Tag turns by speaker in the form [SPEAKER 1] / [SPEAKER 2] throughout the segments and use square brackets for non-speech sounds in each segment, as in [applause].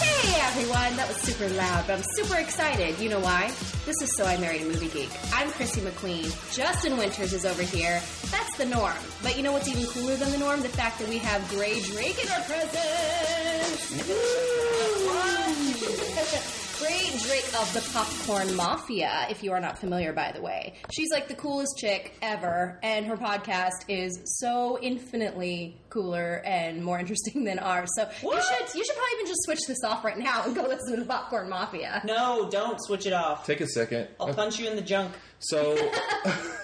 [SPEAKER 1] Hey everyone, that was super loud, but I'm super excited. You know why? This is So I Married a Movie Geek. I'm Chrissy McQueen. Justin Winters is over here. That's the norm. But you know what's even cooler than the norm? The fact that we have Gray Drake in our presence. Ooh. [laughs] Gray Drake of the Popcorn Mafia, if you are not familiar, by the way. She's like the coolest chick ever, and her podcast is so infinitely cooler and more [laughs] interesting than ours. So you should you should probably even just switch this off right now and go listen to Popcorn Mafia.
[SPEAKER 2] No, don't switch it off.
[SPEAKER 3] Take a second.
[SPEAKER 2] I'll punch you in the junk.
[SPEAKER 3] [laughs] So, [laughs]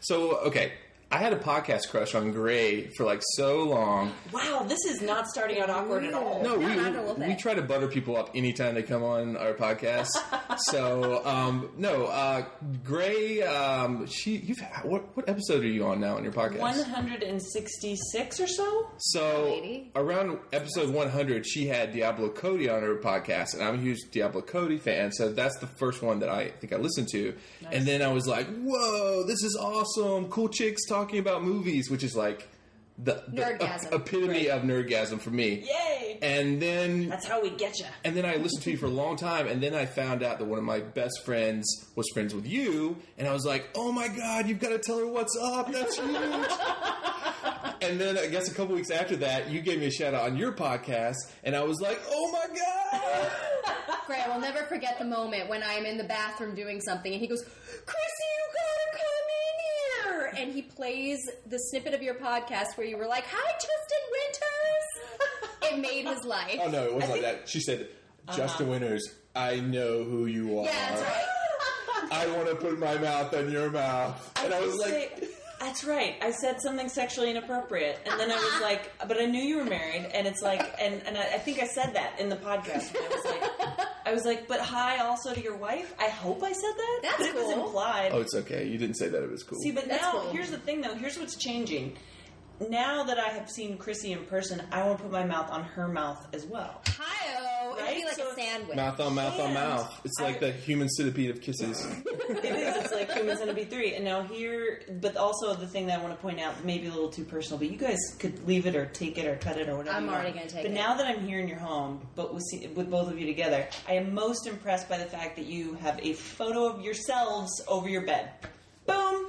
[SPEAKER 3] so okay. I had a podcast crush on Gray for like so long.
[SPEAKER 2] Wow, this is not starting out awkward at all.
[SPEAKER 3] No,
[SPEAKER 1] not a little
[SPEAKER 3] we, we
[SPEAKER 1] bit.
[SPEAKER 3] try to butter people up anytime they come on
[SPEAKER 1] [laughs]
[SPEAKER 3] our podcast. so um, no, uh, Gray, um, she, you've what, what episode are you on now on your podcast?
[SPEAKER 2] 166 or so?
[SPEAKER 3] So
[SPEAKER 1] Lady.
[SPEAKER 3] around episode 100, she had Diablo Cody on her podcast, and I'm a huge Diablo Cody fan. So that's the first one that I think I listened to, and then I was like, "Whoa, this is awesome! Cool chicks talking about movies," which is like the, the
[SPEAKER 1] Nerdgasm.
[SPEAKER 3] ep- epitome of nerdgasm for me.
[SPEAKER 2] Yay!
[SPEAKER 3] And then
[SPEAKER 2] That's how we get you.
[SPEAKER 3] and then I listened to you for a long time, and then I found out that one of my best friends was friends with you, and I was like, "Oh my god, you've got to tell her what's up. That's huge." [laughs] and then I guess a couple weeks after that, you gave me a shout out on your podcast, and I was like, "Oh my god!"
[SPEAKER 1] Gray, I will never forget the moment when I'm in the bathroom doing something and he goes, Chrissy, you gotta come in here! And he plays the snippet of your podcast where you were like, Hi, Justin Winters! It made his life.
[SPEAKER 3] Oh no, it wasn't like that. She said, "Justin Winters, I know who you are.
[SPEAKER 1] Yeah, that's right.
[SPEAKER 3] I want to put my mouth on your mouth," and I was like.
[SPEAKER 2] Say- That's right. I said something sexually inappropriate, and then I was like, "But I knew you were married." And it's like, and and I, I think I said that in the podcast. And I was like, I was like, "But hi, also to your wife." I hope I said that.
[SPEAKER 1] That's
[SPEAKER 2] but it was
[SPEAKER 1] cool.
[SPEAKER 2] implied.
[SPEAKER 3] Oh, it's okay. You didn't say that. It was cool.
[SPEAKER 2] See, but
[SPEAKER 1] That's
[SPEAKER 2] now
[SPEAKER 1] cool.
[SPEAKER 2] here's the thing, though. Here's what's changing. Now that I have seen Chrissy in person, I want to put my mouth on her mouth as well.
[SPEAKER 1] Hi-oh. It'd be
[SPEAKER 2] Right?
[SPEAKER 1] like
[SPEAKER 2] So
[SPEAKER 1] a
[SPEAKER 2] it's-
[SPEAKER 1] sandwich.
[SPEAKER 3] Mouth on mouth on
[SPEAKER 2] And
[SPEAKER 3] mouth. It's like
[SPEAKER 2] I-
[SPEAKER 3] the human centipede of kisses.
[SPEAKER 2] It is. It's like humans in a B three, and now here. But also the thing that I want to point out, maybe a little too personal, but you guys could leave it or take it or cut it or whatever.
[SPEAKER 1] I'm
[SPEAKER 2] you
[SPEAKER 1] already
[SPEAKER 2] want.
[SPEAKER 1] gonna take
[SPEAKER 2] But
[SPEAKER 1] it.
[SPEAKER 2] now that I'm here in your home, but with, see- with both of you together, I am most impressed by the fact that you have a photo of yourselves over your bed. Boom.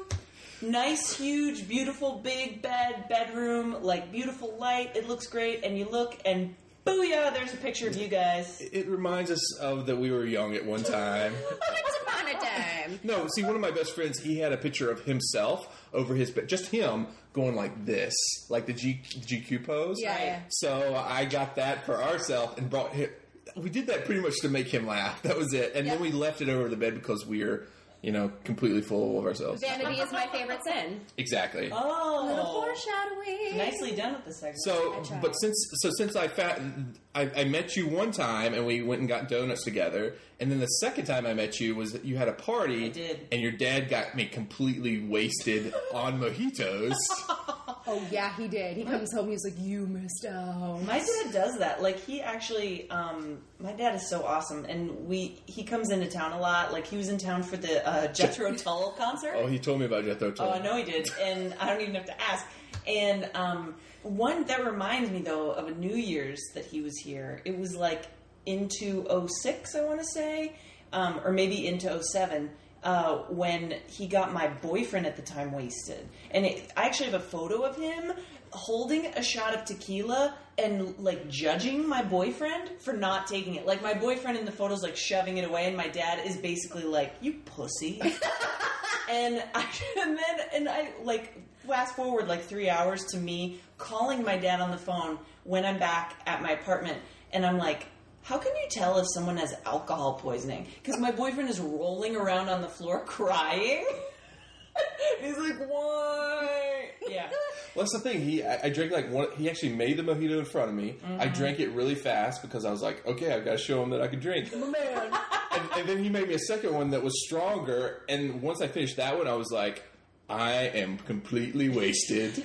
[SPEAKER 2] Nice, huge, beautiful, big bed, bedroom, like beautiful light. It looks great, and you look and booyah! There's a picture of you guys.
[SPEAKER 3] It reminds us of that we were young at one time.
[SPEAKER 1] Once upon a time.
[SPEAKER 3] No, see, one of my best friends, he had a picture of himself over his bed, just him going like this, like the G, GQ pose.
[SPEAKER 1] Yeah, yeah.
[SPEAKER 3] So I got that for ourselves and brought him. We did that pretty much to make him laugh. That was it. And then
[SPEAKER 1] Yeah.
[SPEAKER 3] we left it over the bed because we were, you know, completely full of ourselves.
[SPEAKER 1] Vanity is my favorite sin.
[SPEAKER 3] Exactly.
[SPEAKER 2] Oh,
[SPEAKER 1] Little foreshadowing.
[SPEAKER 2] nicely done with this segment.
[SPEAKER 3] So, but since so since I, fa- I I met you one time and we went and got donuts together, and then the second time I met you was that you had a party.
[SPEAKER 2] I did.
[SPEAKER 3] and your dad got me completely wasted on mojitos.
[SPEAKER 2] [laughs]
[SPEAKER 1] Oh yeah, he did. He comes home, he's like, You missed out.
[SPEAKER 2] My dad does that. Like he actually, um, my dad is so awesome, and we he comes into town a lot. Like he was in town for the uh, Jethro Tull concert.
[SPEAKER 3] oh, he told me about Jethro Tull.
[SPEAKER 2] Oh, I know he did, and I don't even have to ask. And um, one that reminds me though of a New Year's that he was here. It was like into 06, I want to say, um, or maybe into 07. Uh, when he got my boyfriend at the time wasted, and it, I actually have a photo of him holding a shot of tequila and like judging my boyfriend for not taking it. Like my boyfriend in the photos like shoving it away, and my dad is basically like, "You pussy." [laughs] and I, [laughs] and then and I like fast forward like three hours to me calling my dad on the phone when I'm back at my apartment, and I'm like. How can you tell if someone has alcohol poisoning? Because my boyfriend is rolling around [laughs] on the floor crying. He's like, "Why?" Yeah,
[SPEAKER 3] Well, that's the thing. He, I, I drank like one. He actually made the mojito in front of me.
[SPEAKER 2] Mm-hmm.
[SPEAKER 3] I drank it really fast because I was like, okay, I've got to show him that I can
[SPEAKER 2] [laughs]
[SPEAKER 3] drink.
[SPEAKER 2] Oh,
[SPEAKER 3] and, and then he made me a second one that was stronger. And once I finished that one, I was like, I am
[SPEAKER 2] [laughs]
[SPEAKER 3] completely wasted.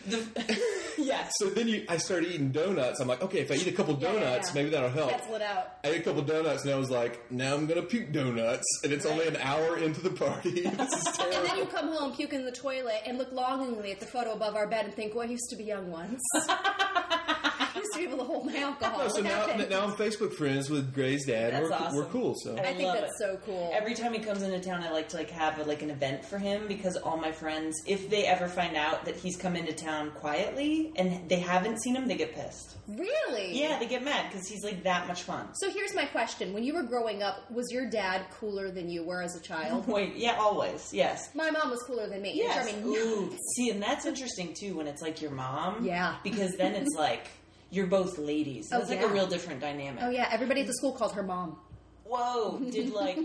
[SPEAKER 2] Yes.
[SPEAKER 3] so then you, I started eating donuts. I'm like, okay, if I eat a couple
[SPEAKER 1] [laughs] yeah,
[SPEAKER 3] donuts,
[SPEAKER 1] yeah.
[SPEAKER 3] maybe that'll help.
[SPEAKER 1] Cancel it out.
[SPEAKER 3] I ate a couple donuts and I was like, now I'm gonna puke donuts, and it's only an hour into
[SPEAKER 1] [laughs]
[SPEAKER 3] the party. this is
[SPEAKER 1] And
[SPEAKER 3] terrible.
[SPEAKER 1] then you come home, puke in the toilet, and look longingly at the photo above our bed and think, well, I used to be young once. [laughs] I used to be able to hold my alcohol.
[SPEAKER 3] Oh, so
[SPEAKER 1] What
[SPEAKER 3] now,
[SPEAKER 1] happened?
[SPEAKER 3] now I'm Facebook friends with Gray's dad.
[SPEAKER 2] That's
[SPEAKER 3] we're,
[SPEAKER 2] awesome.
[SPEAKER 3] we're cool. So
[SPEAKER 1] I think
[SPEAKER 2] love
[SPEAKER 1] that's
[SPEAKER 2] it.
[SPEAKER 1] so cool.
[SPEAKER 2] Every time he comes into town, I like to like have like an event for him because all my friends, if they ever find out that he's come into town quietly and they haven't seen him, they get pissed.
[SPEAKER 1] really?
[SPEAKER 2] Yeah, they get mad because he's like that much fun.
[SPEAKER 1] So here's my question. When you were growing up, was your dad cooler than you were as a
[SPEAKER 2] [laughs]
[SPEAKER 1] child?
[SPEAKER 2] [laughs] Wait, yeah, always, yes.
[SPEAKER 1] my mom was cooler than me.
[SPEAKER 2] Yes.
[SPEAKER 1] I mean,
[SPEAKER 2] Ooh. See, and that's interesting too when it's like your mom.
[SPEAKER 1] Yeah.
[SPEAKER 2] Because
[SPEAKER 1] [laughs]
[SPEAKER 2] then it's like you're both ladies.
[SPEAKER 1] Oh,
[SPEAKER 2] It's like
[SPEAKER 1] yeah.
[SPEAKER 2] a real different dynamic.
[SPEAKER 1] oh, yeah, everybody at the school called her mom.
[SPEAKER 2] Whoa, did like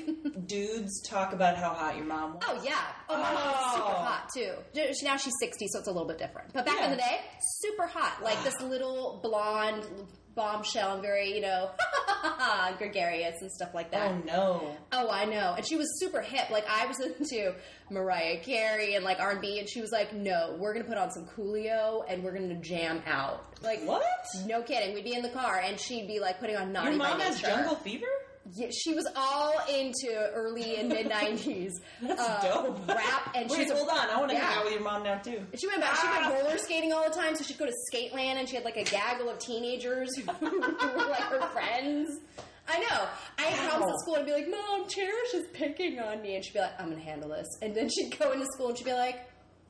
[SPEAKER 1] [laughs]
[SPEAKER 2] dudes talk about how hot your mom was?
[SPEAKER 1] Oh, yeah. Oh, my mom was super
[SPEAKER 2] Oh.
[SPEAKER 1] hot, too. Ju- she- Now she's 60, so it's a little bit different. But back in the
[SPEAKER 2] Yeah.
[SPEAKER 1] day, super hot. Like this little blonde bombshell and very, you know, [laughs] gregarious and stuff like that.
[SPEAKER 2] Oh no.
[SPEAKER 1] Oh, I know. And she was super hip. Like I was [laughs] into Mariah Carey and like R and B, and she was like, "No, we're gonna put on some Coolio and we're gonna jam out." Like
[SPEAKER 2] What?
[SPEAKER 1] No kidding. We'd be in the car, and she'd be like putting on naughty.
[SPEAKER 2] Your
[SPEAKER 1] by
[SPEAKER 2] mom has
[SPEAKER 1] Nature.
[SPEAKER 2] jungle fever?
[SPEAKER 1] Yeah, she was all into early and mid nineties
[SPEAKER 2] [laughs]
[SPEAKER 1] uh,
[SPEAKER 2] dope.
[SPEAKER 1] rap, and
[SPEAKER 2] Wait,
[SPEAKER 1] she's a-
[SPEAKER 2] hold on. I want to
[SPEAKER 1] Yeah.
[SPEAKER 2] hang out with your mom now too. Ah!
[SPEAKER 1] She went back. She went roller skating all the time, so she'd go to Skateland, and she had like a gaggle of teenagers who [laughs] were like her friends. I know. I would come to
[SPEAKER 2] Wow.
[SPEAKER 1] school and be like, "Mom, Cherish is picking on me," and she'd be like, "I'm gonna handle this." And then she'd go into school and she'd be like,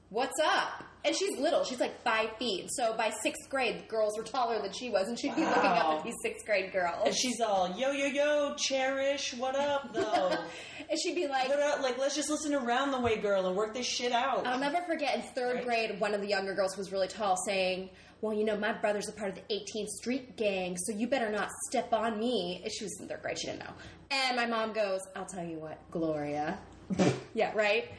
[SPEAKER 1] "What's up?" And she's little. She's like five feet. So by sixth grade, the girls were taller than she was, and she'd be looking up
[SPEAKER 2] Wow.
[SPEAKER 1] at these sixth grade girls,
[SPEAKER 2] And she's all, yo, yo, yo, cherish, what up, though?
[SPEAKER 1] [laughs] and she'd be like,
[SPEAKER 2] what up? Like, let's just listen to Round the Way Girl and work this shit out.
[SPEAKER 1] I'll never forget in third grade, one of the younger girls who was really tall saying, Well, you know, my brother's a part of the 18th Street Gang, so you better not step on me. She was in third grade, she didn't know. And my mom goes, I'll tell you what, Gloria. yeah, right?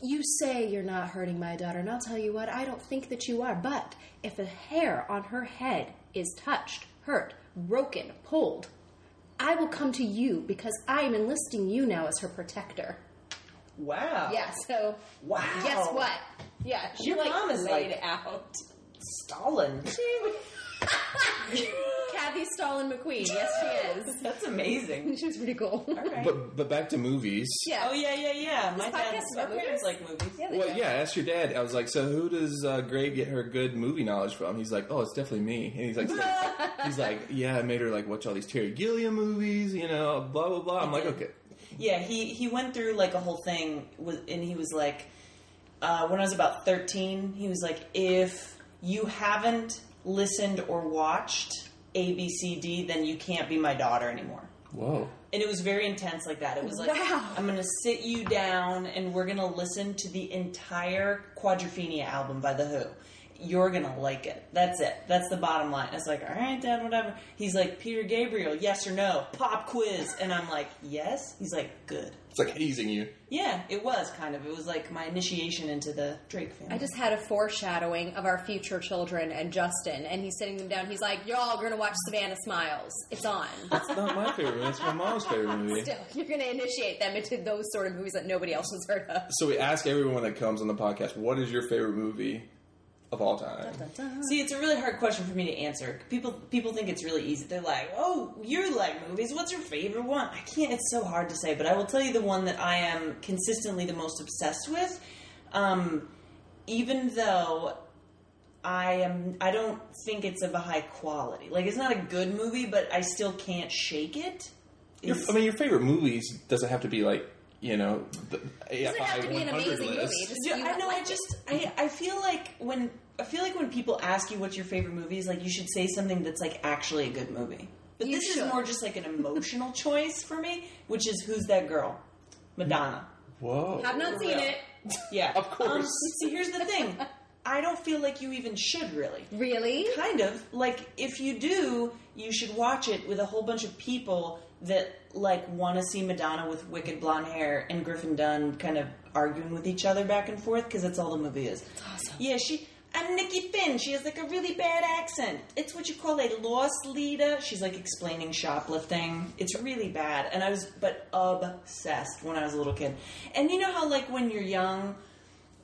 [SPEAKER 1] You say you're not hurting my daughter, and I'll tell you what, I don't think that you are, but if a hair on her head is touched, hurt, broken, pulled, I will come to you because I am enlisting you now as her protector.
[SPEAKER 2] wow.
[SPEAKER 1] Yeah, so
[SPEAKER 2] Wow.
[SPEAKER 1] guess what? Yeah, she
[SPEAKER 2] Your
[SPEAKER 1] like
[SPEAKER 2] mom is
[SPEAKER 1] laid
[SPEAKER 2] like-
[SPEAKER 1] out.
[SPEAKER 2] Stalin. [laughs]
[SPEAKER 1] [laughs] Kathy Stalin McQueen. Yes, she [laughs] is.
[SPEAKER 2] That's amazing.
[SPEAKER 1] She was pretty cool.
[SPEAKER 2] Right.
[SPEAKER 3] But but back to movies.
[SPEAKER 1] yeah.
[SPEAKER 2] oh, yeah, yeah, yeah. My
[SPEAKER 1] podcast
[SPEAKER 2] dad,
[SPEAKER 1] is
[SPEAKER 2] our
[SPEAKER 1] about movies?
[SPEAKER 2] parents like movies.
[SPEAKER 1] Yeah, they
[SPEAKER 3] Well,
[SPEAKER 1] go.
[SPEAKER 3] yeah. I asked your dad. I was like, so who does uh, Gray get her good movie knowledge from? He's like, oh, it's definitely me. And he's
[SPEAKER 1] [laughs]
[SPEAKER 3] like, so- he's like, yeah, I made her like watch all these Terry Gilliam movies, you know, blah blah blah. I'm like,
[SPEAKER 1] Mm-hmm.
[SPEAKER 3] okay,
[SPEAKER 2] Yeah, he he went through like a whole thing with, and he was like, uh, when I was about thirteen, he was like, if you haven't listened or watched A B C D, then you can't be my daughter anymore.
[SPEAKER 3] whoa.
[SPEAKER 2] And it was very intense like that. It was like,
[SPEAKER 1] Wow.
[SPEAKER 2] I'm going to sit you down and we're going to listen to the entire Quadrophenia album by The Who. You're going to like it. That's it. That's the bottom line. I was like, all right, Dad, whatever. He's like, Peter Gabriel, yes or no? Pop quiz. And I'm like, yes. He's like, good.
[SPEAKER 3] It's like hazing you.
[SPEAKER 2] Yeah, it was kind of. It was like my initiation into the Drake family.
[SPEAKER 1] I just had a foreshadowing of our future children and Justin, and he's sitting them down. He's like, "Y'all are gonna watch Savannah Smiles. It's [laughs] on."
[SPEAKER 3] It's not my favorite. movie. It's my mom's
[SPEAKER 1] [laughs]
[SPEAKER 3] favorite movie.
[SPEAKER 1] Still, you're gonna initiate them into those sort of movies that nobody else has heard of.
[SPEAKER 3] So we ask everyone that comes on the podcast, what is your favorite movie of all time?
[SPEAKER 2] See, it's a really hard question for me to answer. People people think it's really easy. They're like, "Oh, you like movies. What's your favorite one?" I can't. It's so hard to say, but I will tell you the one that I am consistently the most obsessed with. Um, even though I am, I don't think it's of a high quality. Like, it's not a good movie, but I still can't shake it.
[SPEAKER 3] Your,
[SPEAKER 2] It's-
[SPEAKER 3] I mean, your favorite movies doesn't have to be like you know the
[SPEAKER 1] Doesn't have to
[SPEAKER 3] AFI
[SPEAKER 1] be an
[SPEAKER 3] 100
[SPEAKER 1] amazing
[SPEAKER 3] list.
[SPEAKER 1] movie. Just
[SPEAKER 2] Yeah,
[SPEAKER 1] you
[SPEAKER 2] I know.
[SPEAKER 1] like
[SPEAKER 2] I
[SPEAKER 1] it.
[SPEAKER 2] just I, I feel like when I feel like when people ask you what your favorite movie is, like you should say something that's like actually a good movie. But
[SPEAKER 1] You
[SPEAKER 2] this
[SPEAKER 1] should.
[SPEAKER 2] is more just like an
[SPEAKER 1] [laughs]
[SPEAKER 2] emotional choice for me, which is who's that girl, Madonna.
[SPEAKER 3] Whoa!
[SPEAKER 1] I've not seen
[SPEAKER 2] Well.
[SPEAKER 1] it.
[SPEAKER 2] Yeah,
[SPEAKER 3] Of course.
[SPEAKER 2] so here's the thing: I don't feel like you even should really.
[SPEAKER 1] Really?
[SPEAKER 2] Kind of like if you do, you should watch it with a whole bunch of people that like want to see Madonna with wicked blonde hair and Griffin Dunn kind of arguing with each other back and forth because that's all the movie is. It's awesome. Yeah, she. I I'm Nikki Finn. She has like a really bad accent. It's what you call a lost leader. She's like explaining shoplifting. It's really bad. And I was, but obsessed when I was a little kid. And you know how, like, when you're young,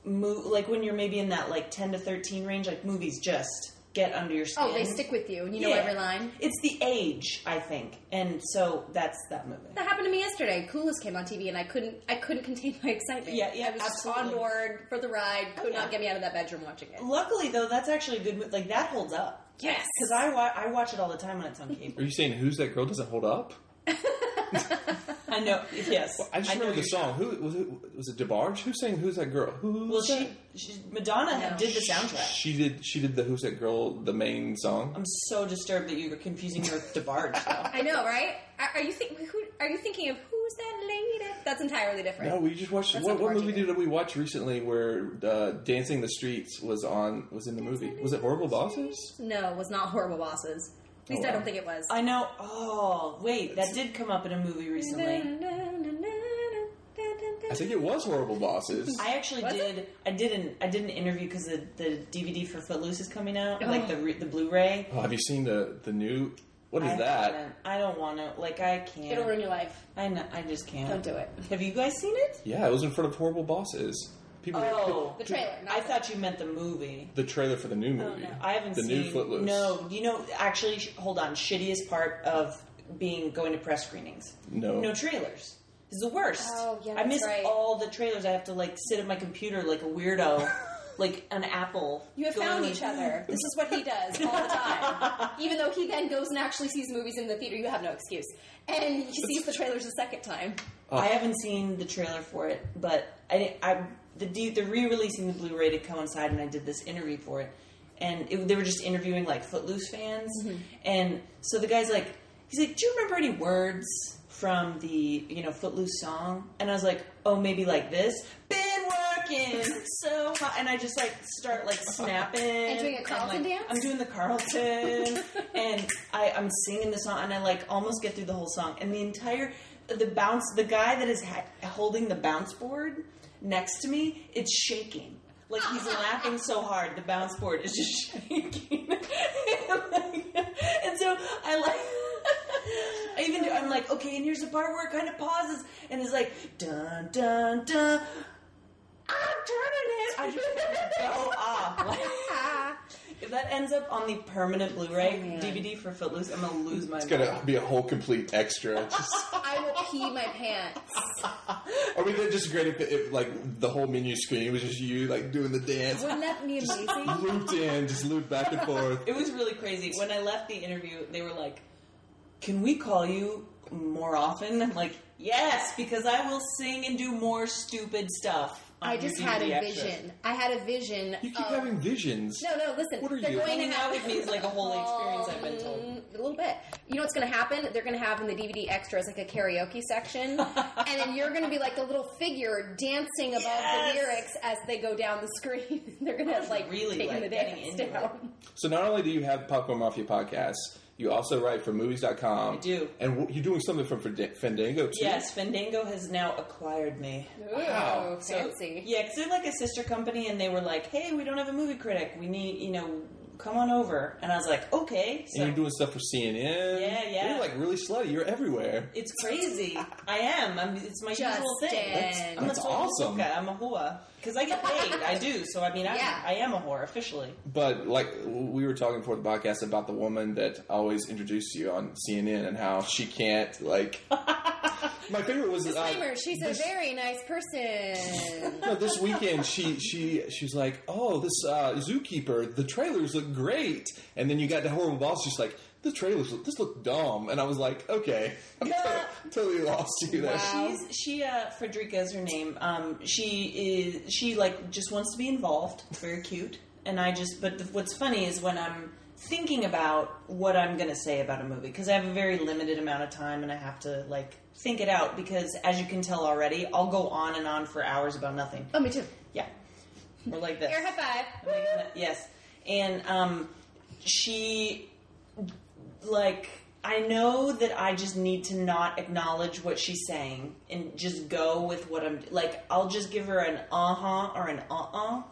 [SPEAKER 2] mo- like when you're maybe in that like 10 to 13 range, like movies just get under your skin.
[SPEAKER 1] Oh, they stick with you, and you know
[SPEAKER 2] Yeah.
[SPEAKER 1] every line.
[SPEAKER 2] It's the age, I think. And so that's that movie.
[SPEAKER 1] That happened to me yesterday. Clueless came on TV, and I couldn't. I couldn't [laughs] contain my excitement.
[SPEAKER 2] Yeah, yeah,
[SPEAKER 1] I was just on
[SPEAKER 2] absolutely.
[SPEAKER 1] board for the ride. Could
[SPEAKER 2] yeah.
[SPEAKER 1] not get me out of that bedroom watching it.
[SPEAKER 2] Luckily, though, that's actually a good movie. Like, that holds up.
[SPEAKER 1] Yes,
[SPEAKER 2] Because I, wa- I watch it all the time when it's on
[SPEAKER 1] [laughs]
[SPEAKER 2] cable.
[SPEAKER 3] Are you saying who's that girl doesn't hold up?
[SPEAKER 2] I know, yes.
[SPEAKER 3] I just
[SPEAKER 2] know
[SPEAKER 3] remember
[SPEAKER 2] you're-
[SPEAKER 3] the song. Who was it? Was it DeBarge? Who sang "Who's That Girl"? Who's
[SPEAKER 2] Well, she,
[SPEAKER 3] that?
[SPEAKER 2] she Madonna
[SPEAKER 1] No.
[SPEAKER 2] did the soundtrack.
[SPEAKER 3] She did. She did the "Who's That Girl" the main song.
[SPEAKER 2] I'm so disturbed that you were confusing her with DeBarge. though.
[SPEAKER 1] [laughs] I know, right? Are, are you think? Who are you thinking of? Who's that lady? That's entirely different.
[SPEAKER 3] No, we just watched.
[SPEAKER 1] That's
[SPEAKER 3] What,
[SPEAKER 1] not
[SPEAKER 3] what
[SPEAKER 1] DeBarge
[SPEAKER 3] movie
[SPEAKER 1] either.
[SPEAKER 3] did we watch recently where uh, "Dancing the Streets" was on? Was in the movie. Was it "Horrible Bosses"?
[SPEAKER 1] No, it was not horrible bosses. At least
[SPEAKER 3] Oh,
[SPEAKER 1] I
[SPEAKER 3] wow.
[SPEAKER 1] don't think it was.
[SPEAKER 2] I know. Oh, wait, that did come up in a movie recently.
[SPEAKER 3] I think it was "Horrible Bosses."
[SPEAKER 2] [laughs] I actually
[SPEAKER 1] Was
[SPEAKER 2] did. I did an I did an interview because the, the DVD for Footloose is coming out,
[SPEAKER 1] Oh.
[SPEAKER 2] like the re- the Blu-ray.
[SPEAKER 3] Oh, have you seen the the new? What is
[SPEAKER 2] I
[SPEAKER 3] that?
[SPEAKER 2] haven't. I don't want to. Like I
[SPEAKER 1] It'll ruin
[SPEAKER 2] can't.
[SPEAKER 1] your life.
[SPEAKER 2] I kn- I just can't.
[SPEAKER 1] Don't
[SPEAKER 2] [laughs]
[SPEAKER 1] do it.
[SPEAKER 2] Have you guys seen it?
[SPEAKER 3] Yeah, it was in front of "Horrible Bosses." People.
[SPEAKER 2] Oh,
[SPEAKER 1] The trailer. Not
[SPEAKER 2] I thought you meant the movie.
[SPEAKER 3] The trailer for the new movie.
[SPEAKER 1] no.
[SPEAKER 2] Oh, I haven't
[SPEAKER 3] the
[SPEAKER 2] seen
[SPEAKER 3] new Footloose.
[SPEAKER 2] No, you know, actually, sh- hold on. Shittiest part of being going to press screenings.
[SPEAKER 3] No.
[SPEAKER 2] no trailers. This is the worst.
[SPEAKER 1] Oh, yeah,
[SPEAKER 2] I
[SPEAKER 1] that's
[SPEAKER 2] miss
[SPEAKER 1] right.
[SPEAKER 2] all the trailers. I have to like sit at my computer like
[SPEAKER 1] [laughs]
[SPEAKER 2] a weirdo, like an apple.
[SPEAKER 1] You have
[SPEAKER 2] going
[SPEAKER 1] found
[SPEAKER 2] like-
[SPEAKER 1] each other. This is what he does all the [laughs] time. Even though he then goes and actually sees movies in the theater, you have no excuse. And he sees the trailers a second time.
[SPEAKER 2] I haven't seen the trailer for it, but I, didn't- I the D- they're re-releasing the Blu-ray to coincide, and I did this interview for it, and it, they were just interviewing like Footloose fans,
[SPEAKER 1] Mm-hmm.
[SPEAKER 2] and so the guy's like, he's like, do you remember any words from the you know Footloose song? And I was like, oh, maybe like this. Been working so hard, and I just like
[SPEAKER 1] [laughs]
[SPEAKER 2] start like snapping and
[SPEAKER 1] doing a Carlton
[SPEAKER 2] like,
[SPEAKER 1] dance?
[SPEAKER 2] I'm doing the Carlton, and I, I'm singing the song, and I like almost get through the whole song, and the entire the bounce, the guy that is ha- holding the bounce board next to me, it's shaking. Like he's laughing so hard, the bounce board is just [laughs] shaking. and so I like, I even do, I'm like, okay, and here's the part where it kind of pauses, and it's like, dun dun dun. I'm turning it. I just go off. [laughs]
[SPEAKER 1] Ah,
[SPEAKER 2] Like, if that ends up on the permanent Blu-ray
[SPEAKER 1] Oh,
[SPEAKER 2] DVD for Footloose, I'm gonna lose my.
[SPEAKER 3] It's gonna be a whole
[SPEAKER 2] [laughs]
[SPEAKER 3] complete extra. It's just-
[SPEAKER 1] I will pee my pants.
[SPEAKER 3] I mean, that's just great if, if like the whole menu screen was just you like doing the dance,
[SPEAKER 1] Wouldn't that be amazing?
[SPEAKER 3] [laughs] looped in, just looped back and forth.
[SPEAKER 2] [laughs] It was really crazy. When I left the interview, they were like, "Can we call you more often?" I'm like, "Yes, because I will sing and do more stupid stuff." on
[SPEAKER 1] I
[SPEAKER 2] your
[SPEAKER 1] just had a
[SPEAKER 2] DVD extras."
[SPEAKER 1] vision. I had a vision
[SPEAKER 3] You keep
[SPEAKER 2] uh,
[SPEAKER 1] of.
[SPEAKER 3] having visions.
[SPEAKER 1] no, no, listen.
[SPEAKER 3] What are
[SPEAKER 1] They're
[SPEAKER 3] you-
[SPEAKER 1] going to
[SPEAKER 2] Hanging
[SPEAKER 1] have
[SPEAKER 2] out with me is like a whole experience. I've been told.
[SPEAKER 1] Mm, a little bit. You know what's going to happen? They're going to have in the DVD extras like a karaoke
[SPEAKER 2] [laughs]
[SPEAKER 1] section, and then you're going to be like a little figure dancing above
[SPEAKER 2] Yes!
[SPEAKER 1] the lyrics as they go down the screen. [laughs] They're going to have like
[SPEAKER 2] really
[SPEAKER 1] taking
[SPEAKER 2] like
[SPEAKER 1] the
[SPEAKER 2] getting
[SPEAKER 1] dance
[SPEAKER 2] into
[SPEAKER 1] down.
[SPEAKER 3] So not only do you have Popcorn Mafia podcast, you also write for Movies.com.
[SPEAKER 2] I do.
[SPEAKER 3] and w- you're doing something from Fand- Fandango too.
[SPEAKER 2] Yes, Fandango has now acquired me.
[SPEAKER 3] Wow.
[SPEAKER 1] Ooh,
[SPEAKER 2] So-
[SPEAKER 1] fancy.
[SPEAKER 2] yeah, because they're like a sister company, and they were like, "Hey, we don't have a movie critic. We need, you know, come on over." And I was like, "Okay." So
[SPEAKER 3] And you're doing stuff for CNN.
[SPEAKER 2] Yeah, yeah.
[SPEAKER 3] You're like really slutty. You're everywhere.
[SPEAKER 2] it's crazy. I am. I'm, it's my usual
[SPEAKER 1] Justin.
[SPEAKER 2] thing.
[SPEAKER 1] That's-
[SPEAKER 2] I'm
[SPEAKER 3] that's
[SPEAKER 2] a total
[SPEAKER 3] awesome.
[SPEAKER 2] hookah. I'm a hua because I get paid. I do. So I mean, I,
[SPEAKER 1] Yeah.
[SPEAKER 2] I am a whore officially.
[SPEAKER 3] But like we were talking before the podcast about the woman that always introduced you on CNN and how she can't like. My favorite was
[SPEAKER 1] Disclaimer:
[SPEAKER 3] uh,
[SPEAKER 1] She's a
[SPEAKER 3] this-
[SPEAKER 1] very nice person.
[SPEAKER 3] [laughs] No, this weekend she she she's like, oh, this uh, zookeeper. The trailers look great, and then you got the horrible boss. She's like, the trailers look, this look dumb, and I was like, okay, I'm to- [laughs] totally lost you there.
[SPEAKER 1] Wow.
[SPEAKER 2] She's she uh Frederica is her name. Um she is she like just wants to be involved. Very cute. And I just but what's funny is when I'm thinking about what I'm going to say about a movie because I have a very limited amount of time and I have to like think it out because as you can tell already, I'll go on and on for hours about nothing.
[SPEAKER 1] oh, me too.
[SPEAKER 2] Yeah. Or like this.
[SPEAKER 1] Air high five.
[SPEAKER 2] Oh Yes. And um, she, like, I know that I just need to not acknowledge what she's saying and just go with what I'm like. I'll just give her an uh huh or an uh
[SPEAKER 3] [laughs]
[SPEAKER 2] uh,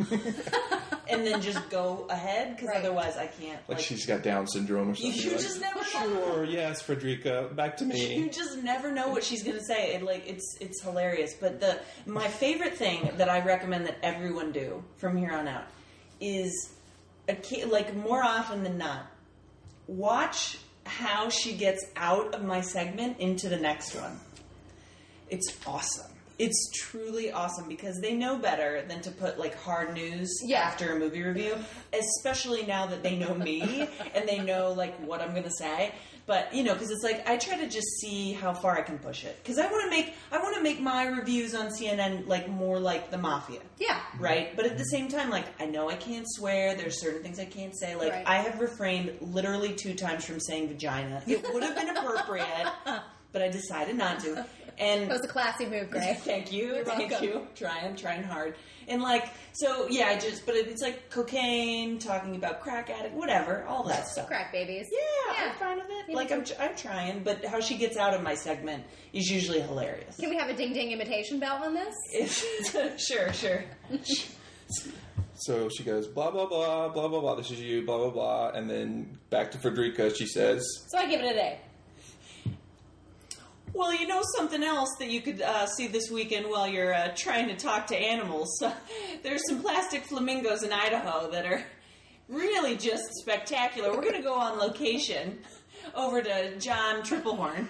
[SPEAKER 2] and then just go ahead because
[SPEAKER 1] Right.
[SPEAKER 2] otherwise I can't.
[SPEAKER 3] Like she's got Down syndrome or
[SPEAKER 2] [laughs]
[SPEAKER 3] [laughs]
[SPEAKER 2] you,
[SPEAKER 3] something.
[SPEAKER 2] you
[SPEAKER 3] You're
[SPEAKER 2] just
[SPEAKER 3] like,
[SPEAKER 2] never know.
[SPEAKER 3] Sure, yes, Frederica, back to
[SPEAKER 2] You
[SPEAKER 3] me.
[SPEAKER 2] just never know what she's gonna say. And like it's it's hilarious. But the my favorite thing that I recommend that everyone do from here on out is a ki- like more often than not, watch how she gets out of my segment into the next one. It's awesome. It's truly awesome because they know better than to put like hard news
[SPEAKER 1] Yeah.
[SPEAKER 2] after a movie review, especially now that they know me and they know like what I'm going to say. But you know, because it's like I try to just see how far I can push it because I want to make I want to make my reviews on CNN like more like the mafia.
[SPEAKER 1] Yeah.
[SPEAKER 2] Right, but at the same time, like I know I can't swear. There's certain things I can't say. Like
[SPEAKER 1] Right.
[SPEAKER 2] I have refrained literally two times from saying vagina. It would have been appropriate,
[SPEAKER 1] [laughs]
[SPEAKER 2] but I decided not to. And
[SPEAKER 1] That was a classy move, Gray.
[SPEAKER 2] [laughs] Thank you. thank
[SPEAKER 1] welcome.
[SPEAKER 2] you. Trying, trying hard. And like, so yeah, I just, but it's like cocaine, talking about crack addict, whatever, all that stuff.
[SPEAKER 1] Crack babies.
[SPEAKER 2] Yeah,
[SPEAKER 1] Yeah.
[SPEAKER 2] I'm fine with it. Like, I'm, tr- I'm trying, but how she gets out of my segment is usually hilarious.
[SPEAKER 1] Can we have a ding ding imitation bell on this?
[SPEAKER 2] [laughs] sure, sure.
[SPEAKER 3] So she goes, blah, blah, blah, blah, blah, blah, this is you, blah, blah, blah. And then back to Frederica, she says,
[SPEAKER 1] So I give it an A.
[SPEAKER 2] Well, you know something else that you could uh, see this weekend while you're uh, trying to talk to animals. [laughs] There's some plastic flamingos in Idaho that are really just spectacular. We're going to go on location over to John [laughs] Triplehorn.